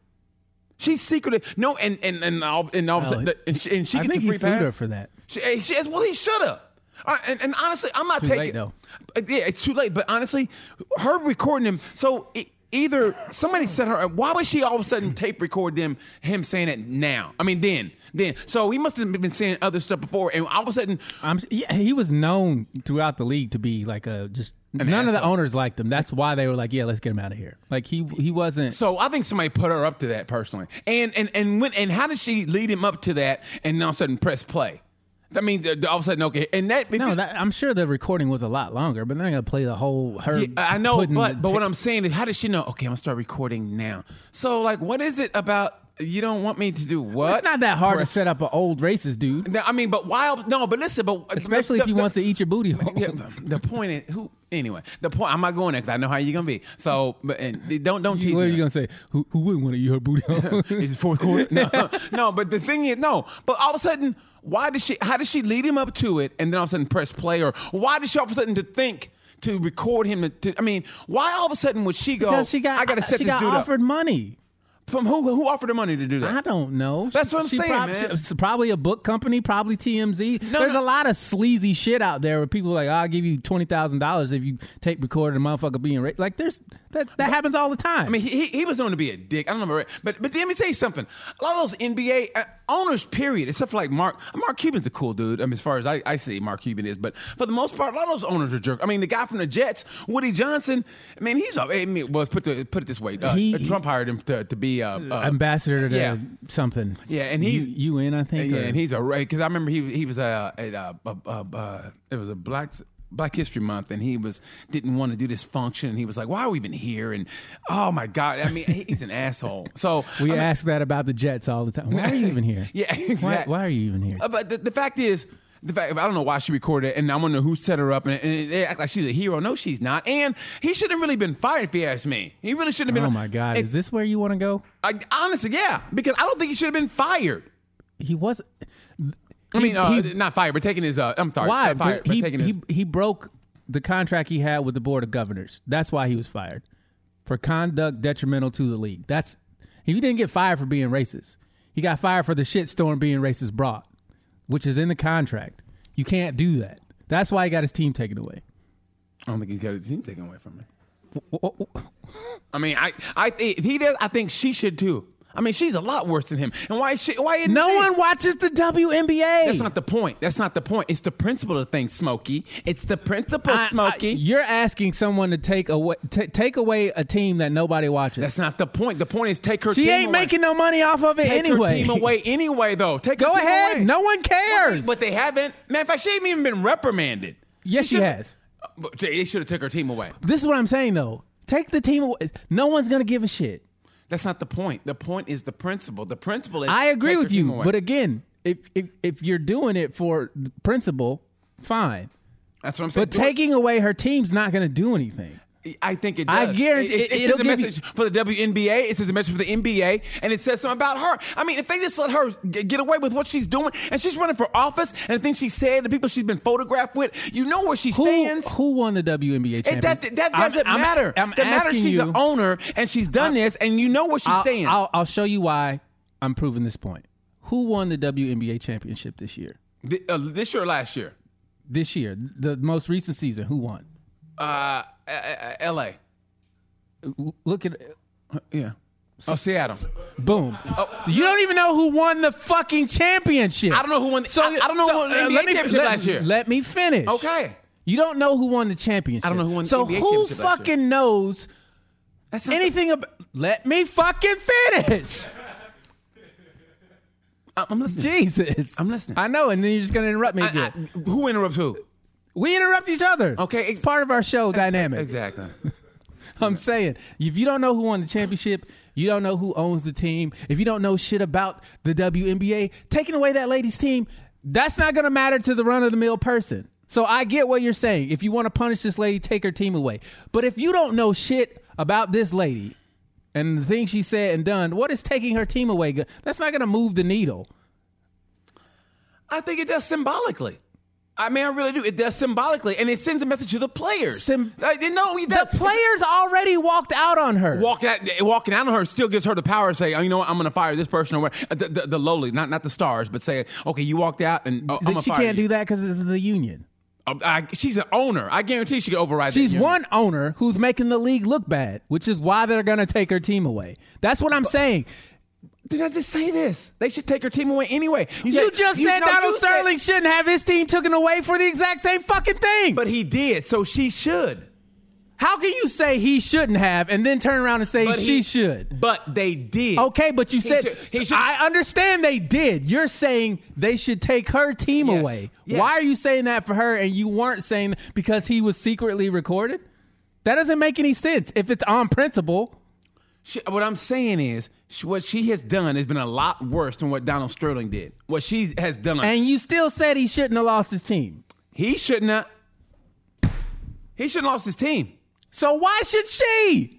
B: She secretly no, and and and all and all of a
A: Well,
B: sudden, and she, and she
A: I
B: gets a
A: think he
B: free
A: sued
B: pass.
A: her for that.
B: She, eh, she well, he should have. and, and honestly, I'm not
A: Too
B: taking.
A: late, though.
B: Uh, Yeah, it's too late. But honestly, her recording him. So it, either somebody said her. Why would she all of a sudden tape record them him saying it now? I mean, then, then. So he must have been saying other stuff before, and all of a sudden,
A: I'm, yeah, he was known throughout the league to be like a just none of the
B: asshole.
A: owners liked him. That's why they were like, yeah, let's get him out of here. Like he he wasn't.
B: So I think somebody put her up to that personally. And and and when and how did she lead him up to that and all of a sudden press play? I mean, the- the- all of a sudden, okay, and that
A: no, that, I'm sure the recording was a lot longer, but they're not gonna play the whole her.
B: Yeah, I know,
A: putting
B: but
A: the
B: but
A: ta-
B: what I'm saying is, how does she know? Okay, I'm gonna start recording now. So like, what is it about? You don't want me to do what?
A: it's not that hard
B: Press-
A: to set up an old racist dude,
B: No, I mean, but why? No, but listen, but
A: especially
B: the-
A: if he
B: the-
A: wants to eat your booty hole.
B: Yeah, the point is who. Anyway, the point. I'm not going there because I know how you're gonna be. So, but and don't don't tease
A: what are
B: me.
A: you gonna say? Who, who wouldn't want to eat her booty hole?
B: Is it fourth quarter? No, no. But the thing is, no. But all of a sudden, why did she? How did she lead him up to it, and then all of a sudden press play? Or why did she all of a sudden to think to record him? To, I mean, why all of a sudden would she go?
A: Because she got
B: I gotta set
A: she
B: this
A: got
B: dude
A: offered money.
B: up from who? Who offered her money to do that?
A: I don't know.
B: That's what I'm saying,
A: prob-
B: man.
A: it's probably a book company, probably TMZ.
B: No,
A: There's
B: no.
A: a lot of sleazy shit out there where people are like, I'll give you twenty thousand dollars if you tape recorded a motherfucker being raped. Like there's that that happens all the time.
B: I mean, he, he, he was known to be a dick. I don't remember, it. but but let me tell you something. A lot of those NBA uh, owners, period, except for like Mark. Mark Cuban's a cool dude. I mean, as far as I, I see, Mark Cuban is. But for the most part, a lot of those owners are jerks. I mean, the guy from the Jets, Woody Johnson. I mean, he's a. I mean, well, let's put the, put it this way. Uh,
A: He-
B: Trump hired him to, to be uh, uh,
A: ambassador to
B: yeah.
A: something.
B: Yeah, and he's-
A: U- UN, I think.
B: Yeah,
A: or-
B: and he's a right because I remember he he was uh, at uh, uh, uh, uh, it was a black. Black History Month, and he was didn't want to do this function. And he was like, "Why are we even here?" And oh my god, I mean, he- he's an asshole. So
A: we
B: I mean,
A: ask that about the Jets all the time. Why are you even here?
B: Yeah,
A: Why,
B: exactly.
A: why are you even here?
B: Uh, but the, the fact is, the fact I don't know why she recorded it, and I want to know who set her up, and, and they act like she's a hero. No, she's not. And he shouldn't really been fired, if you ask me. He really shouldn't have been.
A: Oh my God,
B: It-
A: is this where you want to go?
B: I, honestly, yeah, because I don't think he should have been fired.
A: He was.
B: I mean, uh, not fired, but taking his. Uh, I'm sorry,
A: Why?
B: not fired, but
A: he,
B: taking his.
A: he he broke the contract he had with the board of governors. That's why he was fired for conduct detrimental to the league. That's he didn't get fired for being racist. He got fired for the shitstorm being racist brought, which is in the contract. You can't do that. That's why he got his team taken away.
B: I don't think he's got his team taken away from him.
A: Wh- wh- wh-
B: I mean, I, I, if he does, I think she should too. I mean, she's a lot worse than him. And why? Is she, why isn't
A: No
B: she?
A: one watches the WNBA.
B: That's not the point. That's not the point. It's the principle of things, Smokey. It's the principle,
A: I- I-
B: Smokey.
A: you're asking someone to take away t- take away a team that nobody watches.
B: That's not the point. The point is take her.
A: she
B: team
A: ain't
B: away.
A: making no money off of it
B: Take
A: anyway.
B: her team away anyway, though. Take her
A: Go
B: team
A: ahead.
B: away.
A: No one
B: Well,
A: cares.
B: But they haven't. Matter of fact, she ain't even been reprimanded.
A: yes, she
B: should've-
A: has.
B: But They should have took her team away.
A: This is what I'm saying though. Take the team away. No one's gonna give a shit.
B: That's not the point. The point is the principle. The principle is
A: I agree
B: take her
A: with
B: team
A: you,
B: away.
A: but again, if if if you're doing it for the principle, fine.
B: that's what I'm saying.
A: But
B: Do it.
A: taking away her team's not gonna do anything.
B: I think it
A: I
B: does.
A: guarantee-
B: it, it, it
A: it'll
B: sends a
A: give you-
B: message for the WNBA. It says a message for the NBA, and it says something about her. I mean, if they just let her g- get away with what she's doing, and she's running for office, and the things she said, the people she's been photographed with, you know where she
A: Who,
B: stands.
A: who won the WNBA
B: It,
A: championship?
B: that that
A: I'm-
B: doesn't
A: I'm-
B: matter.
A: I'm
B: that matters.
A: asking
B: She's
A: you,
B: the owner, and she's done this, and you know where she
A: I'll,
B: stands.
A: I'll, I'll show you why I'm proving this point. Who won the WNBA championship this year?
B: Th- uh, this year, or last year,
A: This year, the most recent season, who won?
B: uh, uh, uh, L.A.
A: L- Look at
B: Yeah. Oh, Seattle.
A: boom. You don't even know who won the fucking championship.
B: Oh.
A: uh,
B: I don't know who won the- I- I don't know who won the NBA
A: let me,
B: championship
A: let-
B: last year.
A: Let me finish.
B: Okay.
A: You don't know who won the championship.
B: I don't know who won the
A: So
B: NBA
A: who
B: championship last year.
A: fucking knows
B: That's not-
A: anything about? Let me fucking finish.
B: I- I'm listening.
A: Jesus,
B: I'm listening.
A: I know, and then you're just gonna interrupt me
B: I-
A: again.
B: I- who interrupts who?
A: we interrupt each other.
B: Okay,
A: it's
B: ex-
A: part of our show dynamic.
B: Exactly.
A: I'm saying, if you don't know who won the championship, you don't know who owns the team. If you don't know shit about the WNBA, taking away that lady's team, that's not going to matter to the run of the mill person. So I get what you're saying. If you want to punish this lady, take her team away. But if you don't know shit about this lady and the things she said and done, what is taking her team away? go- That's not going to move the needle.
B: I think it does symbolically. I mean, I really do. It does symbolically, and it sends a message to the players.
A: Sym-
B: uh, no, it
A: The
B: does.
A: players already walked out on her.
B: Walking out, walking out on her still gives her the power to say, oh, you know what, I'm going to fire this person or whatever. The, the, the lowly, not not the stars, but say, okay, you walked out and oh, I'm going to
A: she
B: fire
A: can't
B: you. Uh,
A: do that because it's the union.
B: I, she's an owner. I guarantee she can override. that
A: She's
B: union.
A: one owner who's making the league look bad, which is why they're going to take her team away. That's what I'm saying.
B: Did I just say this? They should take her team away anyway.
A: You
B: said-
A: just said
B: no,
A: Donald
B: you said-
A: Sterling shouldn't have his team taken away for the exact same fucking thing.
B: but he did, so she should.
A: how can you say he shouldn't have and then turn around and say
B: But
A: she
B: he-
A: should?
B: But they did.
A: Okay, but you
B: He
A: said
B: should- he should-
A: I understand they did. You're saying they should take her team
B: Yes,
A: away.
B: yes.
A: Why are you saying that for her and you weren't saying because he was secretly recorded? That doesn't make any sense. If it's on principle,
B: She, what I'm saying is, sh what she has done has been a lot worse than what Donald Sterling did. What she has done,
A: and you still said he shouldn't have lost his team.
B: he should not. He shouldn't lost his team
A: So why should she?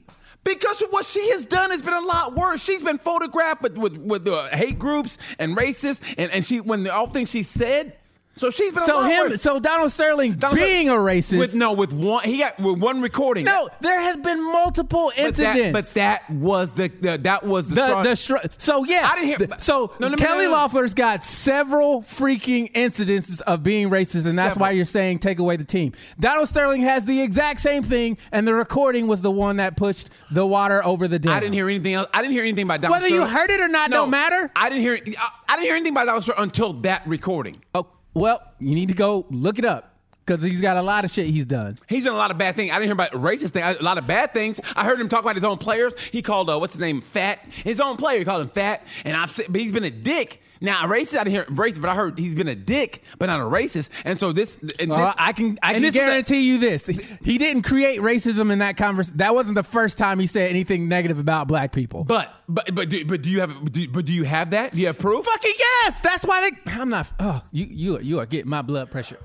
B: because what she has done has been a lot worse. She's been photographed with with, with uh, hate groups and racists, and and she when the, all things she said. So she's been a
A: So
B: lot
A: him,
B: worse.
A: so Donald Sterling
B: Donald Sterling-
A: being a racist.
B: with no with one he got with one recording.
A: no, there has been multiple
B: but that,
A: incidents.
B: but that was the, the that was the,
A: the
B: straw-
A: the str- so yeah.
B: I didn't hear-
A: the- so
B: No, no, no,
A: Kelly
B: no, no.
A: Loeffler's got several freaking incidences of being racist, and that's
B: Several.
A: why you're saying take away the team. Donald Sterling has the exact same thing, and the recording was the one that pushed the water over the dam.
B: I didn't hear anything else. I didn't hear anything about Donald.
A: Whether you
B: Sterling.
A: heard it or not, don't matter.
B: I didn't hear. I, I didn't hear anything about Donald Sterling until that recording.
A: Oh well, you need to go look it up because he's got a lot of shit he's done.
B: He's done a lot of bad things. I didn't hear about racist things. A lot of bad things. I heard him talk about his own players. He called uh, what's his name fat. His own player he called him fat. And I've said, but he's been a dick. Now racist. I didn't hear racist, but I heard he's been a dick, but not a racist. And so this. And
A: Well,
B: this
A: Uh, Uh-huh. I can I
B: and
A: can
B: this was a-
A: guarantee you this. He didn't create racism in that conversation. That wasn't the first time he said anything negative about black people.
B: But but but do, but do you have do, but do you have that? Do you have proof?
A: fucking yes, that's why they. I'm not. Oh, you you are, you are getting my blood pressure.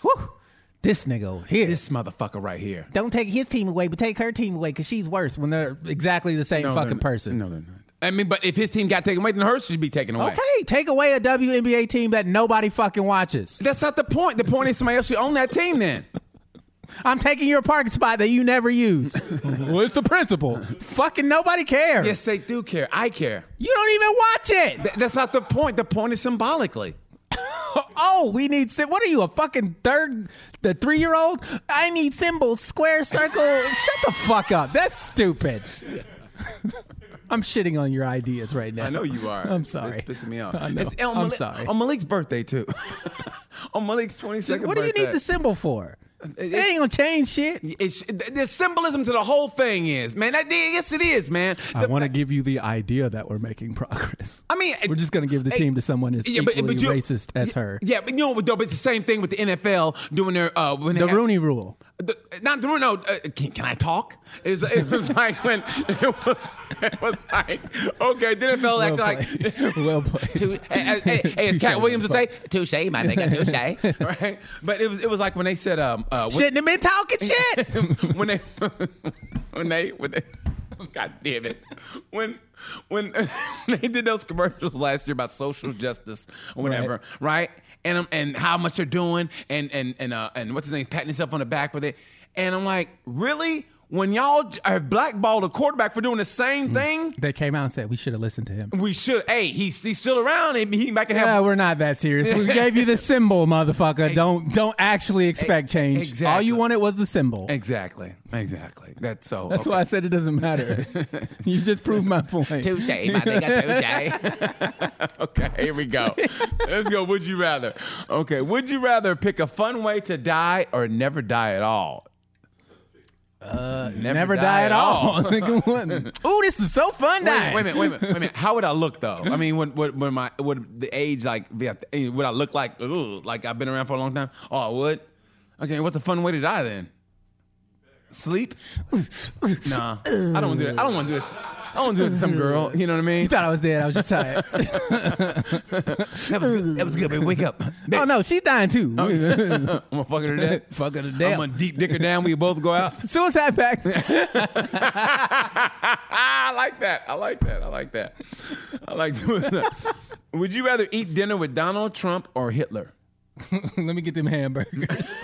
A: Whew. This nigga over here.
B: This motherfucker right here.
A: don't take his team away, but take her team away because she's worse when they're exactly the same
B: No, they're
A: fucking
B: not.
A: person.
B: No, they're not. I mean, but if his team got taken away, then hers should be taken away.
A: Okay, take away a WNBA team that nobody fucking watches.
B: That's not the point. The point is somebody else should own that team then.
A: I'm taking your parking spot that you never use. well, it's the principle. Fucking nobody cares.
B: Yes, they do care. I care.
A: You don't even watch it.
B: Th- that's not the point. The point is symbolically.
A: Oh, we need sim. What are you, a fucking third, the three year old? I need symbols, square, circle. Shut the fuck up. That's stupid. I'm shitting on your ideas right now.
B: I know you are.
A: I'm sorry.
B: It's pissing me off.
A: I know.
B: It's on
A: I'm
B: Malik-
A: sorry.
B: On Malik's birthday too. on Malik's twenty second.
A: What do you need the symbol for? It,
B: it-
A: ain't gonna change shit.
B: It's, the the symbolism to the whole thing is, man. That, yes, it is, man. The-
A: to give you the idea that we're making progress.
B: I mean,
A: we're just gonna give the
B: hey,
A: team to someone as
B: yeah, but-
A: equally
B: but you-
A: racist as her.
B: Yeah, but you know, though, but it's the same thing with the NFL doing their uh, when they
A: The
B: had-
A: Rooney Rule.
B: The, not the room. No, uh, can, can I talk? It was, it was like when it was, it was like okay. Then it felt like like.
A: played. well played.
B: Tou- hey, hey, hey, as
A: Touche,
B: Cat Williams would
A: well
B: say, "Touche, my nigga, touche." Right? But it was it was like when they said, um, uh, when,
A: Shouldn't have been talking shit.
B: when they when they when they God damn it. When when they did those commercials last year about social justice or whatever, right? And um, and how much they're doing and and and uh, and what's his name patting himself on the back with it. And I'm like, "Really? When y'all are blackballed a quarterback for doing the
A: Mm.
B: same thing?"
A: they came out and said we should have listened to him.
B: We should. Hey, he's he's still around. and He might can have
A: Yeah, we're not that serious. We gave you the symbol, motherfucker. Don't don't actually expect change. All
B: exactly.
A: you wanted was the symbol.
B: Exactly. Exactly. That's so.
A: That's why I said it doesn't matter. you just proved my point.
B: Touche, my nigga, touche. okay, here we go. Let's go. Would you rather? Okay, would you rather pick a fun way to die or never die at all? Uh, never,
A: Never die, at all. Nigga, what? Ooh, this is so fun
B: Wait, a minute,
A: dying.
B: wait a minute, wait a minute, wait a minute. How would I look though? I mean, would would, would my would the age like be? at- eh, Would I look like ugh, like I've been around for a long time? Oh, I would. Okay, what's a fun way to die then? Sleep? Nah, I don't want to do that. I don't want to do it. to- I don't want to do it to some girl. You know what I mean?
A: You thought I was dead. I was just tired.
B: That was good. That was good. Baby. Wake up.
A: oh no, she's dying too.
B: I'm gonna fuck her to death.
A: Fuck her to
B: I'm
A: death.
B: gonna deep dick her down. We both go out.
A: Suicide pact.
B: I like that. I like that. I like that. I like that. Would you rather eat dinner with Donald Trump or Hitler?
A: Let me get them hamburgers.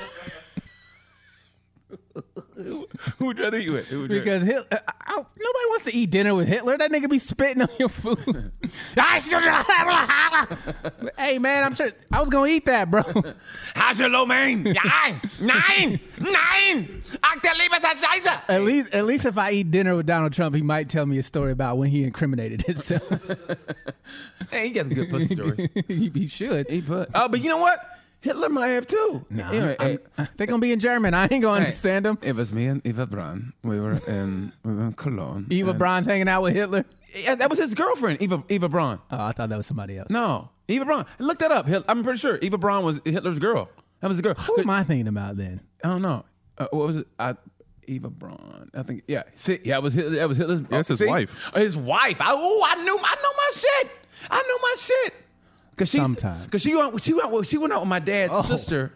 B: Who would you rather eat with? Who would you rather-
A: Because Hit- I, I, nobody wants to eat dinner with Hitler. That nigga be spitting on your food. hey man, I'm sure I was gonna eat that, bro.
B: How's your low main? Nine, nine, nine. Octaliba Scheiße.
A: At least, at least if I eat dinner with Donald Trump, he might tell me a story about when he incriminated himself.
B: Hey, he got some good pussy stories.
A: he, he should.
B: He put. Oh, but you know what? Hitler might have too.
A: Nah,
B: Anyway,
A: I'm-
B: hey,
A: I'm- they're gonna be in German. I ain't gonna
B: hey,
A: understand them.
B: It was me and Eva Braun. We were in we were in Cologne.
A: Eva
B: and-
A: Braun's hanging out with Hitler.
B: Yeah, that was his girlfriend, Eva Eva Braun.
A: Oh, I thought that was somebody else.
B: No, Eva Braun. Look that up. Hit- I'm pretty sure Eva Braun was Hitler's girl. That was the girl.
A: Who am I thinking about then?
B: I don't know. Uh, what was it? I, Eva Braun. I think. Yeah. See, yeah. It was Hitler, that was Hitler's. Yeah,
C: it's his wife.
B: His wife. I, oh, I knew. I know my shit. I know my shit. Cause she.
A: Sometime.
B: Cause she went. She went. with- She went out with my dad's
A: Oh.
B: sister.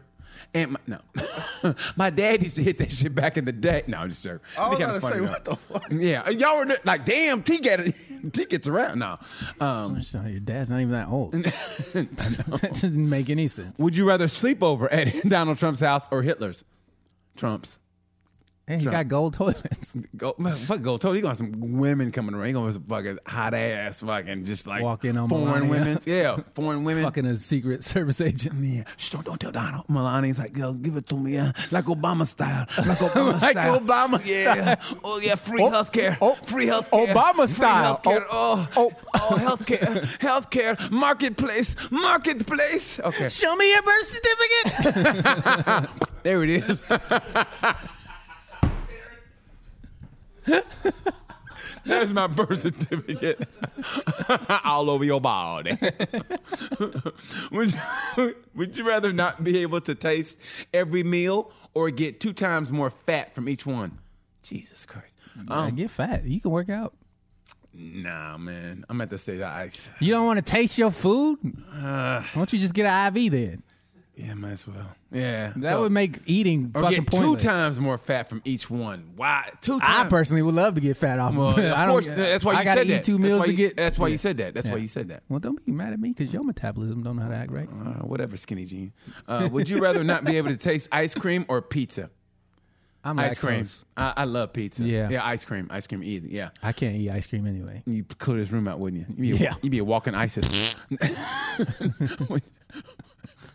B: And my, no, my dad used to hit that shit back in the day. No, I'm just joking.
C: Oh, I
B: It'd
C: was
B: be
C: about to
B: kinda
C: say,
B: though.
C: what
B: Yeah, y'all were like, damn, T get T gets around now. Um,
A: So Your dad's not even that old. that doesn't make any sense.
B: would you rather sleep over at Donald Trump's house or Hitler's? Trump's.
A: Hey, he got gold toilets.
B: Go, man, fuck Gold Toe. You gonna have some women coming around. You gonna have some fucking hot ass fucking just like
A: Walk in on
B: foreign
A: Melania.
B: women. Yeah, foreign women.
A: Fucking a secret service agent.
B: Yeah. Shh, don't, don't tell Donald. Melania's like, girl, give it to me, uh, like Obama style, like Obama
A: Like
B: style.
A: Obama
B: yeah. Oh yeah, free
A: Oh,
B: healthcare,
A: oh,
B: free healthcare,
A: Obama
B: free
A: style.
B: healthcare. Oh,
A: Oh,
B: oh, oh, healthcare, healthcare, marketplace, marketplace. Okay,
A: Show me your birth certificate.
B: there it is. There's my birth certificate. All over your body. would, you, would you rather not be able to taste every meal or get two times more fat from each one? Jesus Christ.
A: I
B: Um,
A: get fat. You can work out.
B: nah, man. I'm at the state. I,
A: You don't want to taste your food? Why don't you just get an IV then?
B: yeah, might as well. Yeah.
A: That
B: so-
A: would make eating
B: or
A: fucking
B: get two
A: pointless.
B: times more fat from each one. Why? Two
A: I
B: times.
A: personally would love to get fat off.
B: Well,
A: of
B: of
A: I don't.
B: course, that's why you
A: I gotta
B: said
A: eat
B: that.
A: two
B: That's
A: meals
B: why
A: to
B: you-
A: get.
B: That's why
A: Yeah.
B: you said that. That's why
A: Yeah.
B: you said that.
A: Well, don't be mad at me because your metabolism don't know how to act right.
B: Uh, whatever, skinny jean. Uh, would you rather not be able to taste ice cream or pizza?
A: I'm
B: Ice cream.
A: lactose.
B: I, I love pizza.
A: Yeah.
B: yeah, ice cream, ice cream. Either, yeah.
A: I can't eat ice cream anyway.
B: You clear this room out, wouldn't you? You'd be a,
A: Yeah.
B: You'd be a walking ISIS.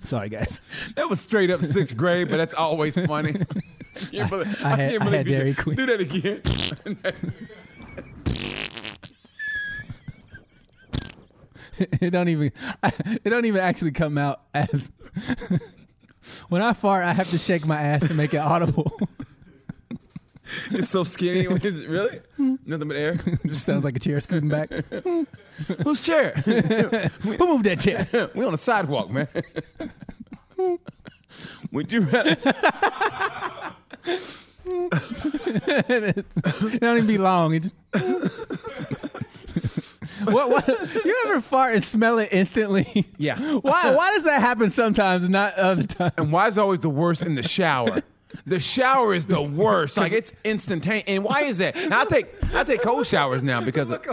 A: Sorry, guys.
B: that was straight up sixth grade, but that's always funny. I can't believe,
A: I had-
B: can't
A: I
B: believe
A: had
B: you
A: Dairy
B: did-
A: Queen.
B: Do that again.
A: it don't even. It don't even actually come out as. when I fart, I have to shake my ass to make it audible.
B: it's so skinny. What is it? Really? Nothing but air.
A: just sounds like a chair scooting back.
B: Who's chair?
A: Who moved that chair?
B: we on the sidewalk, man. Would you rather?
A: It don't even be long. It just what, what? You ever fart and smell it instantly?
B: Yeah.
A: Why? Why does that happen sometimes, and not other times?
B: And why is it always the worst in the shower? The shower is the worst. Like it's instantaneous. And why is that? And I take I take cold showers now because of,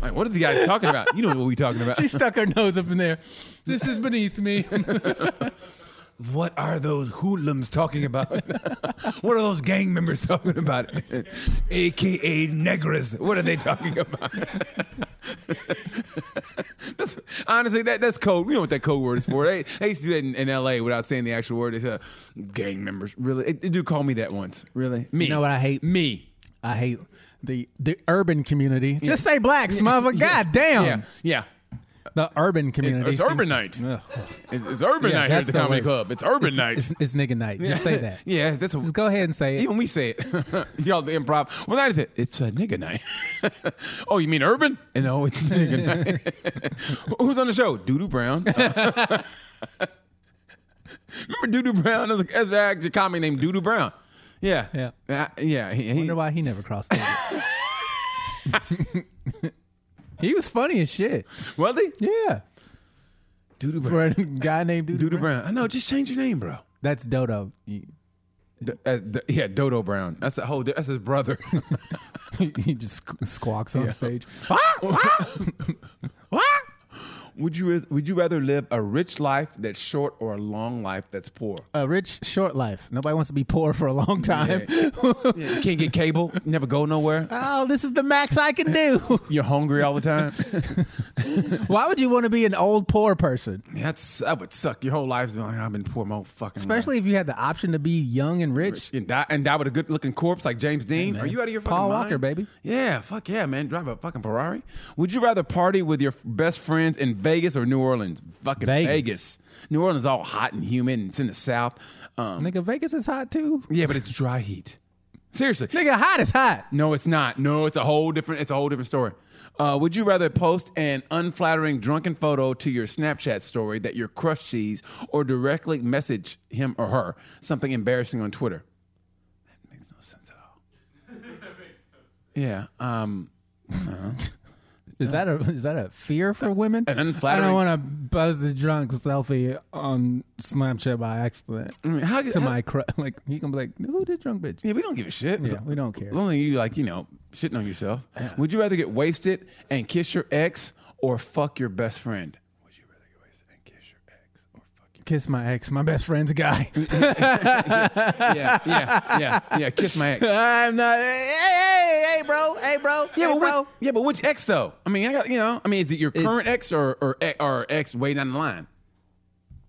B: Like, what are the guys talking about? You know what we talking about?
A: She stuck her nose up in there. This is beneath me.
B: What are those hoodlums talking about? what are those gang members talking about? AKA negras. What are they talking about? That's- honestly, that, that's code. You know what that code word is for. They, they used to do that in, in LA without saying the actual word. They said, gang members. Really? They, they do call me that once. Really? Me.
A: You know what I hate?
B: Me.
A: I hate the the urban community. Just say blacks, motherfucker. God damn.
B: Yeah. Yeah.
A: The urban community.
B: it's
A: seems-
B: urban night.
A: Ugh.
B: It's, it's urban
A: Yeah,
B: night here
A: that's
B: at the
A: the
B: Comedy
A: worst.
B: Club. It's urban night.
A: It's, it's nigga night. Just say that.
B: yeah, that's a,
A: Just go ahead and say it.
B: Even we say it. Y'all, the improv. What night is it? It's a nigga night. oh, you mean urban? No, it's nigga night. Who's on the show? Doodoo Brown. Remember Doodoo Brown? There's a, there's actually a comedy named Doodoo Brown. Yeah.
A: Yeah.
B: Uh, yeah. He, he,
A: Wonder why he never crossed over. he was funny as shit.
B: was he?
A: Yeah.
B: Doodoo Brown.
A: For a guy named Dude.
B: Doodoo Brown. I know. Just change your name, bro.
A: That's Dodo. You,
B: D- uh, d- yeah, Dodo Brown. That's the whole. That's his brother.
A: he just squ- squawks on stage.
B: What? Would you would you rather live a rich life that's short or a long life that's poor?
A: A Uh, rich, short life. Nobody wants to be poor for a long time.
B: Yeah, you can't get cable. You never go nowhere.
A: oh, this is the max I can do.
B: You're hungry all the time.
A: Why would you want to be an old poor person?
B: That's that would suck. Your whole life's been like I've been poor my whole fucking life."
A: Especially if you had the option to be young and rich.
B: and die, and die with a good looking corpse like James Dean.
A: man.
B: Are you out of your
A: Paul
B: fucking mind?
A: Walker, baby.
B: Yeah, fuck yeah, man. Drive a fucking Ferrari. Would you rather party with your best friends in Vegas or New Orleans? Fucking
A: Vegas.
B: Vegas. New Orleans is all hot and humid and it's in the south. Um,
A: Nigga, Vegas is hot too.
B: yeah, but it's dry heat. Seriously.
A: Nigga, hot is hot.
B: No, it's not. No, it's a whole different. It's a whole different story. Uh, would you rather post an unflattering drunken photo to your Snapchat story that your crush sees, or directly message him or her something embarrassing on Twitter? That makes no sense at all. Yeah. Um,
A: Is that a is that a fear for women?
B: an unflattering-
A: I don't want to buzz the drunk selfie on Snapchat by accident.
B: I mean, how how-
A: to my cru- like you can be like, who did drunk bitch?
B: Yeah, we don't give a shit.
A: Yeah, we don't care.
B: Only you like you know shitting on yourself. Would you rather get wasted and kiss your ex, or fuck your best friend? Would you rather get wasted and kiss your ex, or fuck your
A: Kiss my ex, my best friend's a guy.
B: yeah, yeah, yeah, yeah. Kiss my ex.
A: I'm not. Hey, hey, hey, bro. Hey, bro.
B: Yeah,
A: hey,
B: but
A: bro.
B: which, yeah, but which ex though? I mean, I got you know. I mean, is it your current ex or or e- or ex way down the line?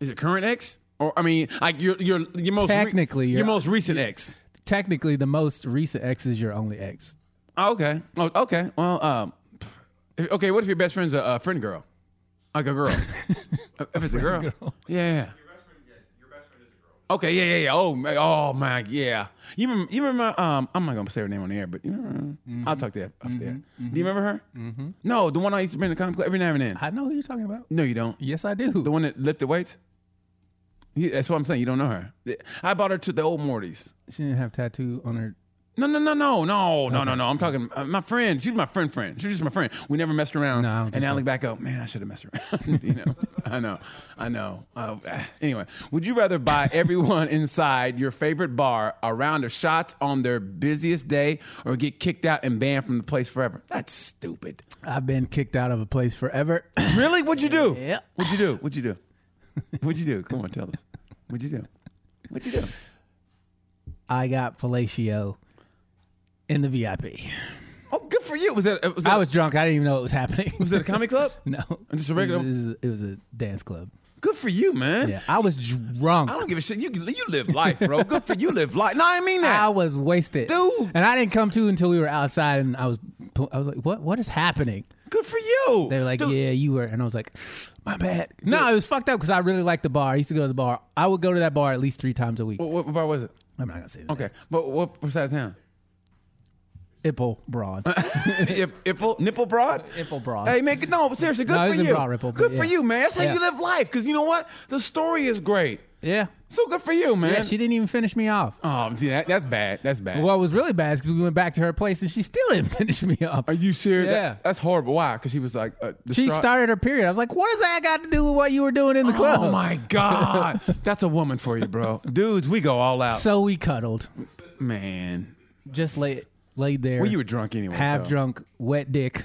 B: Is it current ex or I mean, like your your your most re-
A: Technically,
B: your
A: you're-
B: most recent ex?
A: Technically, the most recent ex is your only ex.
B: Oh, okay, oh, okay. Well, um, if- okay. What if your best friend's a, a friend girl, like a girl? if it's a girl,
A: girl.
B: yeah. yeah. Okay, yeah, yeah, yeah. Oh, ma- oh my, yeah. You remember, you remember? Um, I'm not gonna say her name on the air, but you remember? I'll talk to her after the air. Do you remember her? Mm-hmm. No, the one I used to bring to comedy club every now and then.
A: I know who you're talking about.
B: No, you don't.
A: Yes, I do.
B: The one that lifted weights? Yeah, that's what I'm saying. You don't know her. I bought her to the old Morty's.
A: she didn't have tattoo on her.
B: No, no, no, no, no, no, no, no. I'm talking uh, my friend. She's my friend, friend. She's just my friend. We never messed around.
A: No, I don't think
B: and now
A: so.
B: I look back up, man, I should have messed around. you know, I know, I know. Uh, anyway, would you rather buy everyone inside your favorite bar a round of shots on their busiest day, or get kicked out and banned from the place forever? That's stupid.
A: I've been kicked out of a place forever.
B: Really? What'd you do?
A: Yeah.
B: What'd you do? What'd you do? What'd you do? Come on, tell us. What'd you do? What'd you do?
A: I got fellatio in the VIP.
B: Oh, good for you. Was that? Was that,
A: I was drunk. I didn't even know it was happening.
B: was that a comedy club?
A: No,
B: Just a regular-
A: It was, it was a dance club.
B: Good for you, man.
A: Yeah, I was drunk.
B: I
A: I,
B: don't give a shit. You you live life, bro. Good for you. Live life. No, I mean that.
A: was wasted,
B: Dude.
A: And I didn't come to until we were outside, and I was, I was like, "What? What is happening?"
B: Good for you.
A: They were like,
B: Dude,
A: "Yeah, you were," and I was like, "My bad." No, it was fucked up because I really liked the bar. I used to go to the bar. I would go to that bar at least three times a week.
B: What, what bar was it?
A: I'm not gonna say that.
B: Okay, but what was that town?
A: Ipple broad.
B: Ip- Ipple, nipple broad.
A: Nipple broad.
B: Hey man, no, but seriously, good
A: No, it
B: for
A: was in
B: you.
A: Broad Ripple, but
B: good for
A: yeah.
B: you, man. That's how
A: Yeah.
B: you live life. Because you know what? The story is great.
A: yeah,
B: So good for you, man.
A: yeah. She didn't even finish me off.
B: oh, see that? That's bad. That's bad.
A: What was really bad is because we went back to her place and she still didn't finish me off.
B: Are you serious? That-
A: Yeah.
B: that's horrible. Why? Because she was like, uh,
A: She
B: distraught?
A: started her period. I was like, "What does that got to do with what you were doing in the club?"
B: Oh my god, that's a woman for you, bro. Dudes, we go all out,
A: So we cuddled.
B: man.
A: Just lay laid there.
B: Well, you were drunk anyway.
A: half
B: so.
A: drunk, wet dick.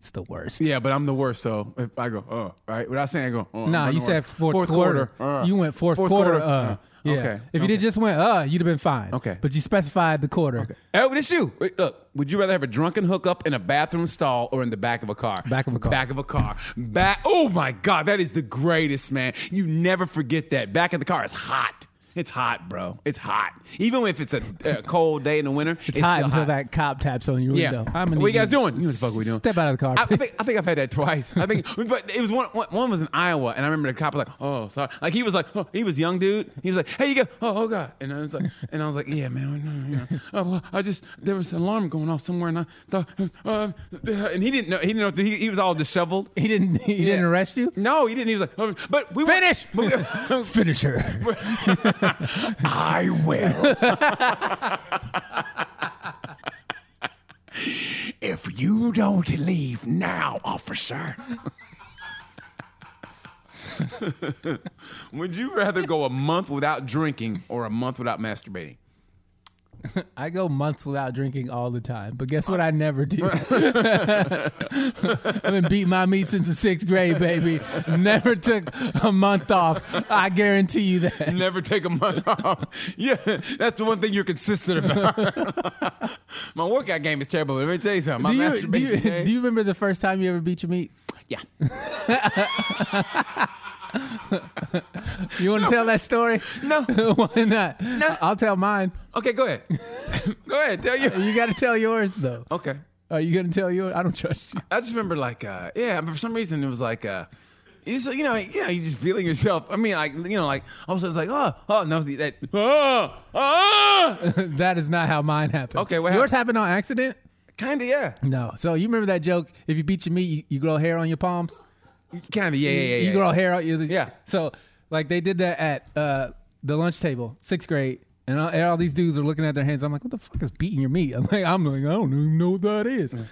A: It's the worst.
B: Yeah, but I'm the worst. So if I go, oh, right. Without saying, I go. Oh,
A: Nah,
B: I'm
A: you
B: the
A: said
B: worst.
A: fourth, quarter.
B: uh.
A: you went fourth, quarter. uh, yeah.
B: Okay.
A: If you did just went uh, you'd have been fine.
B: Okay.
A: But you specified the quarter.
B: Oh, it's you. Wait, Look, would you rather have a drunken hookup in a bathroom stall or in the back of a car?
A: Back of a car.
B: Back of a car. Back. Oh my God, that is the greatest, man. You never forget that. Back of the car is hot. It's hot, bro. It's hot. Even if it's a, a cold day in the winter, it's,
A: It's hot
B: still
A: until that cop taps on your
B: Yeah.
A: window. I'm gonna
B: what you
A: need
B: guys doing? You know what
A: to
B: the fuck we doing?
A: Step out of the car.
B: I, I think, I think I've had that twice. I think, but it was one, one. One was in Iowa, and I remember the cop was like, "Oh, sorry." Like he was like, oh, he was a young dude. He was like, "Hey, you go." Oh, oh God. And I was like, and I was like, "Yeah, man. we know, you know. Oh, well, I just there was an alarm going off somewhere, and I thought, uh, and he didn't know. He didn't know. He, he was all disheveled.
A: he didn't. He didn't
B: Yeah.
A: arrest you.
B: No, he didn't. He was like, oh, but we
A: Finish.
B: Were, but we-
A: Finish her.
B: I will. if you don't leave now, officer. Would you rather go a month without drinking or a month without masturbating?
A: I go months without drinking all the time, but guess what? I never do. I've been beating my meat since the sixth grade, baby. Never took a month off. I guarantee you that.
B: Never take a month off. Yeah, that's the one thing you're consistent about. My workout game is terrible. But let me tell you something. My
A: Do you, do,
B: masturbation
A: you,
B: game-
A: do you remember the first time you ever beat your meat?
B: yeah.
A: You want to tell that story?
B: No.
A: Why not? No. I'll tell mine.
B: Okay, go ahead. go ahead. Tell you.
A: You got to tell yours, though.
B: Okay.
A: Are you going to tell yours? I don't trust you.
B: I just remember like uh yeah, I mean, for some reason it was like uh you just, you know, yeah, you just feeling yourself. I mean, like, you know, like, also it's like, oh, oh, no, that, oh, oh,
A: that is not how mine happened.
B: Okay, what
A: yours happened on accident?
B: kind of, yeah,
A: No. So you remember that joke? If you beat your meat, you, you grow hair on your palms.
B: kind of, yeah, yeah, yeah,
A: you
B: yeah.
A: grow hair out your
B: Yeah.
A: So like they did that at uh, the lunch table, sixth grade, and all, and all these dudes are looking at their hands. I'm like, what the fuck is beating your meat? I'm like, I'm like, I don't even know what that is. And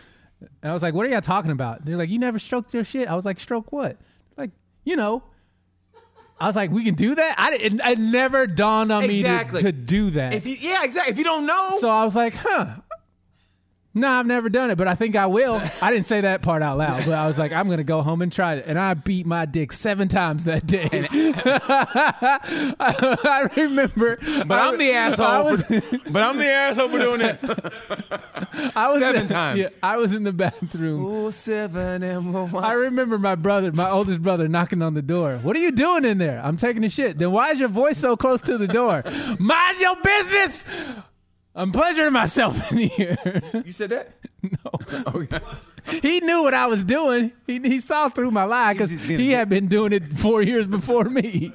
A: I was like, what are y'all talking about? They're like, you never stroked your shit. I was like, stroke what? Like, you know. I was like, we can do that. I didn't. It never dawned on
B: Exactly.
A: me to, to do that.
B: If you, yeah, exactly. If you don't know,
A: So I was like, huh. No, I've never done it, but I think I will. I didn't say that part out loud, but I was like, I'm gonna go home and try it. And I beat my dick seven times that day. I, remember,
B: but I'm the asshole.
A: I was,
B: for, but I'm the asshole for doing it.
A: I was
B: Seven
A: in,
B: times.
A: yeah, I was in the bathroom.
B: Ooh, seven and one.
A: I remember my brother, my oldest brother, knocking on the door. What are you doing in there? I'm taking a shit. Then why is your voice so close to the door? Mind your business. I'm pleasuring myself in here.
B: you said that?
A: no.
B: Okay.
A: He knew what I was doing. He, he saw through my lie because
B: He's just being a
A: he
B: dick.
A: had been doing it four years before me.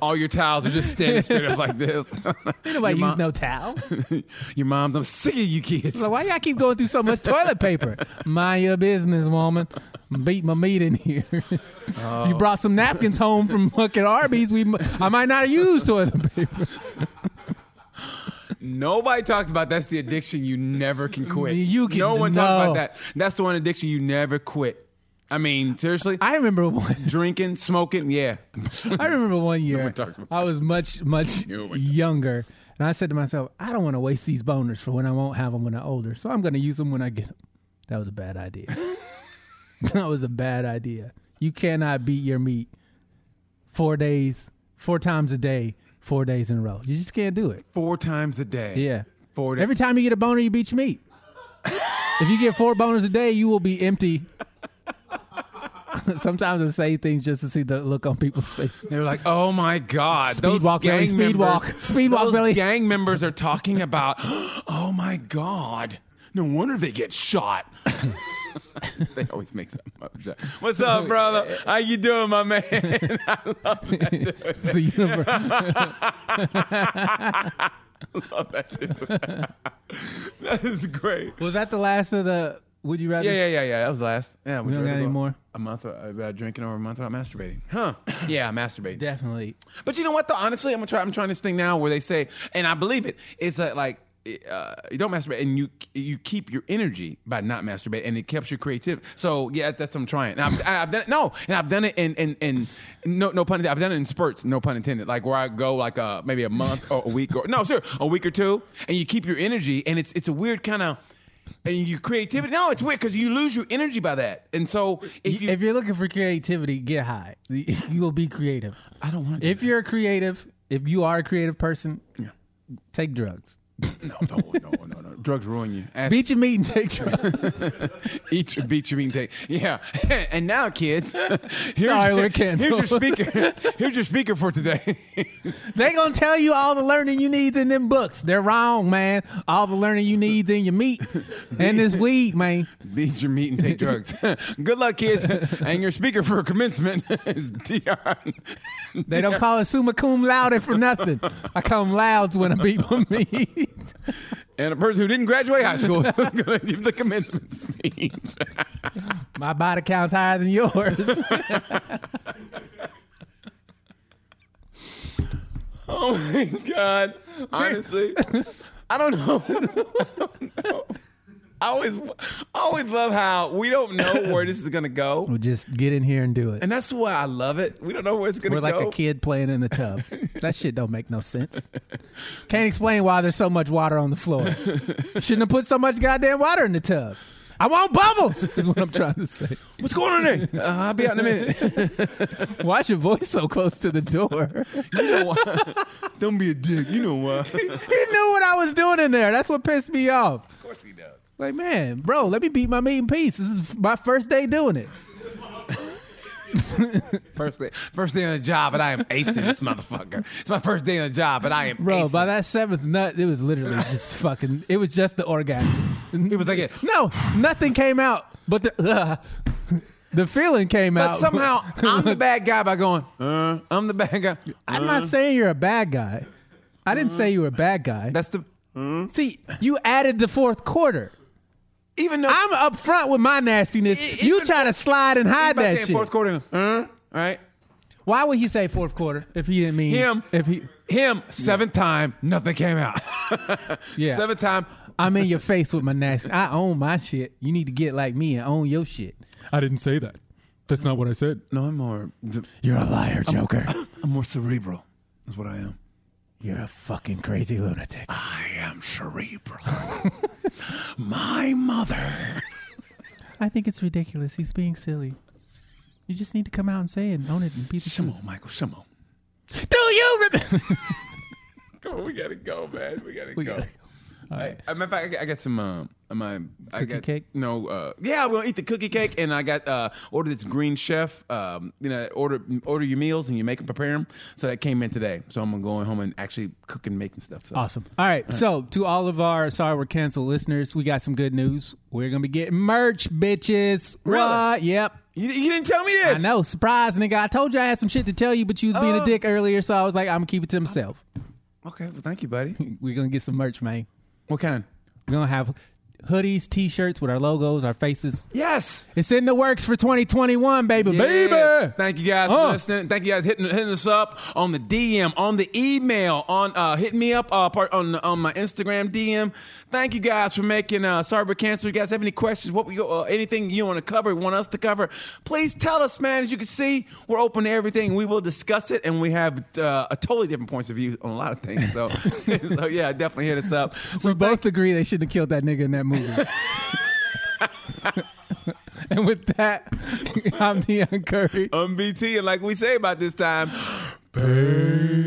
B: All your towels are just standing straight up like this. Ain't
A: Nobody used no towels.
B: Your mom's, I'm sick of you kids.
A: So why y'all keep going through so much toilet paper? Mind your business, woman. Beat my meat in here. You brought some napkins home from fucking Arby's. We m- I might not have used toilet paper.
B: Nobody talks about that's the addiction you never can quit.
A: You can-
B: no one talks
A: no.
B: about that. That's the one addiction you never quit. I mean, seriously,
A: I remember one.
B: drinking, smoking, yeah.
A: I remember one year
B: talks about
A: I was much much
B: No one talks.
A: younger, and I said to myself, I don't want to waste these boners for when I won't have them when I'm older. So I'm going to use them when I get them. That was a bad idea. that was a bad idea. You cannot beat your meat four days, four times a day, four days in a row. You just can't do it.
B: Four times a day.
A: Yeah.
B: Four days.
A: Every time you get a boner, you beat your meat. if you get four boners a day, you will be empty. Sometimes I say things just to see the look on people's faces.
B: They're like, oh my God.
A: Speed
B: those
A: walk,
B: gang
A: Billy, speed
B: members,
A: walk. Speed walk,
B: those
A: Billy.
B: gang members are talking about, oh my God. No wonder they get shot. they always make something up. What's up, brother? How you doing, my man?
A: It's the universe.
B: Love that dude. that is great.
A: Was that the last of the Would You Rather?
B: Yeah, yeah, yeah, yeah. That was last. Yeah, we
A: don't got any more?
B: A month uh, about drinking or a month about masturbating. Huh? yeah, masturbating.
A: Definitely.
B: But you know what? Though honestly, I'm gonna try. I'm trying this thing now where they say, and I believe it. It's that like uh, you don't masturbate, and you you keep your energy by not masturbate, and it keeps your creativity. So yeah, that's what I'm trying. And I've, I've done it. No, and I've done it in in, in no no pun intended. I've done it in spurts. No pun intended. Like where I go like uh maybe a month or a week or no sir a week or two, and you keep your energy, and it's it's a weird kind of. And your creativity? No, it's weird because you lose your energy by that. And so if you,
A: if you're looking for creativity, get high. You will be creative.
B: I don't want to.
A: If you're a creative, if you are a creative person, take drugs.
B: no, don't, no, no, no, drugs ruin you. Ask-
A: Beat your meat and take drugs.
B: Eat your beat your meat take. Yeah. and now kids, here's,
A: Sorry, we're
B: here's your
A: canceled.
B: speaker. Here's your speaker for today.
A: they gonna tell you all the learning you need in them books. They're wrong, man. All the learning you need in your meat and this weed, man.
B: Eat your meat and take drugs. Good luck, kids. and your speaker for commencement is Dion.
A: They don't call it summa cum laude for nothing. I come louds when I beat my meat.
B: and a person who didn't graduate high school is gonna give the commencement speech.
A: My body count's higher than yours.
B: oh my god. Honestly. I don't know. I don't know. I always, I always love how we don't know where this is gonna go,
A: We'll just get in here and do it.
B: and that's why I love it. We don't know where it's gonna
A: We're like
B: go.
A: a kid playing in the tub. That shit don't make no sense. Can't explain why there's so much water on the floor. Shouldn't have put so much goddamn water in the tub. I want bubbles. Is what I'm trying to say.
B: What's going on there? Uh, I'll be out in a minute.
A: Why's your voice so close to the door?
B: You know why? Don't be a dick. You know why? of
A: he knew what I was doing in there. That's what pissed me off.
B: course he does.
A: Like, man, bro, let me beat my meat in peace. This is my first day doing it.
B: First day, first day on the job, and I am acing this motherfucker. It's my first day on the job, but I am
A: Bro,
B: acing.
A: by that seventh nut, it was literally just fucking, it was just the orgasm.
B: it was like it.
A: No, nothing came out, but the, the feeling came
B: But
A: out.
B: somehow I'm the bad guy by going. Uh, I'm the bad guy.
A: I'm not saying you're a bad guy. I didn't say you were a bad guy.
B: That's the
A: See, you added the fourth quarter.
B: even though
A: I'm up front with my nastiness.
B: E-
A: you
B: even
A: try to slide and hide
B: by saying
A: that shit.
B: fourth quarter. Uh, right,
A: Why would he say fourth quarter if he didn't mean
B: Him.
A: If he,
B: him seventh time, nothing came out.
A: Yeah.
B: seventh time.
A: I'm in your face with my nasty. I own my shit. You need to get like me and own your shit. I didn't say that. That's not what I said.
B: No, I'm more.
A: You're a liar, Joker.
B: I'm more cerebral. That's what I am.
A: You're a fucking crazy lunatic.
B: I am cerebral. My mother.
A: I think it's ridiculous. He's being silly. You just need to come out and say it and own it and be the
B: Come on, Michael. Come on.
A: Do you remember?
B: Come on, we gotta go, man. We gotta go.
A: gotta
B: I, I, matter of fact, I got- I got some. Um, my I
A: Cookie
B: got,
A: cake?
B: No, uh, yeah, we're gonna eat the cookie cake, and I got uh, ordered this Green Chef. Um, you know, order order your meals, and you make them, prepare them. So that came in today. So I'm gonna go home and actually cook and make and stuff. So.
A: Awesome. All right. So, to all of our sorry we're canceled listeners, we got some good news. We're gonna be getting merch, bitches.
B: Really?
A: What? Yep.
B: You, you didn't tell me this.
A: I know. Surprise, nigga. I told you I had some shit to tell you, but you was being a
B: Oh.
A: dick earlier, so I was like, I'm gonna keep it to myself.
B: Okay, well, thank you, buddy.
A: We're gonna get some merch, man.
B: What kind?
A: We're gonna have hoodies, t-shirts with our logos, our faces.
B: Yes,
A: It's in the works for 2021, baby,
B: Yeah.
A: baby.
B: Thank you guys
A: Uh.
B: for listening. Thank you guys hitting hitting us up on the DM, on the email, on uh, hitting me up uh, part on on my Instagram DM. Thank you guys for making uh, sorry for cancer. You guys have any questions? What we uh, anything you want to cover? Want us to cover? Please tell us, man. As you can see, we're open to everything. We will discuss it, and we have uh, a totally different points of view on a lot of things. So, so yeah, definitely hit us up.
A: We both agree they shouldn't have killed that nigga in that movie. and with that, I'm Deion Curry.
B: Um, BT, and like we say about this time.
C: Hey.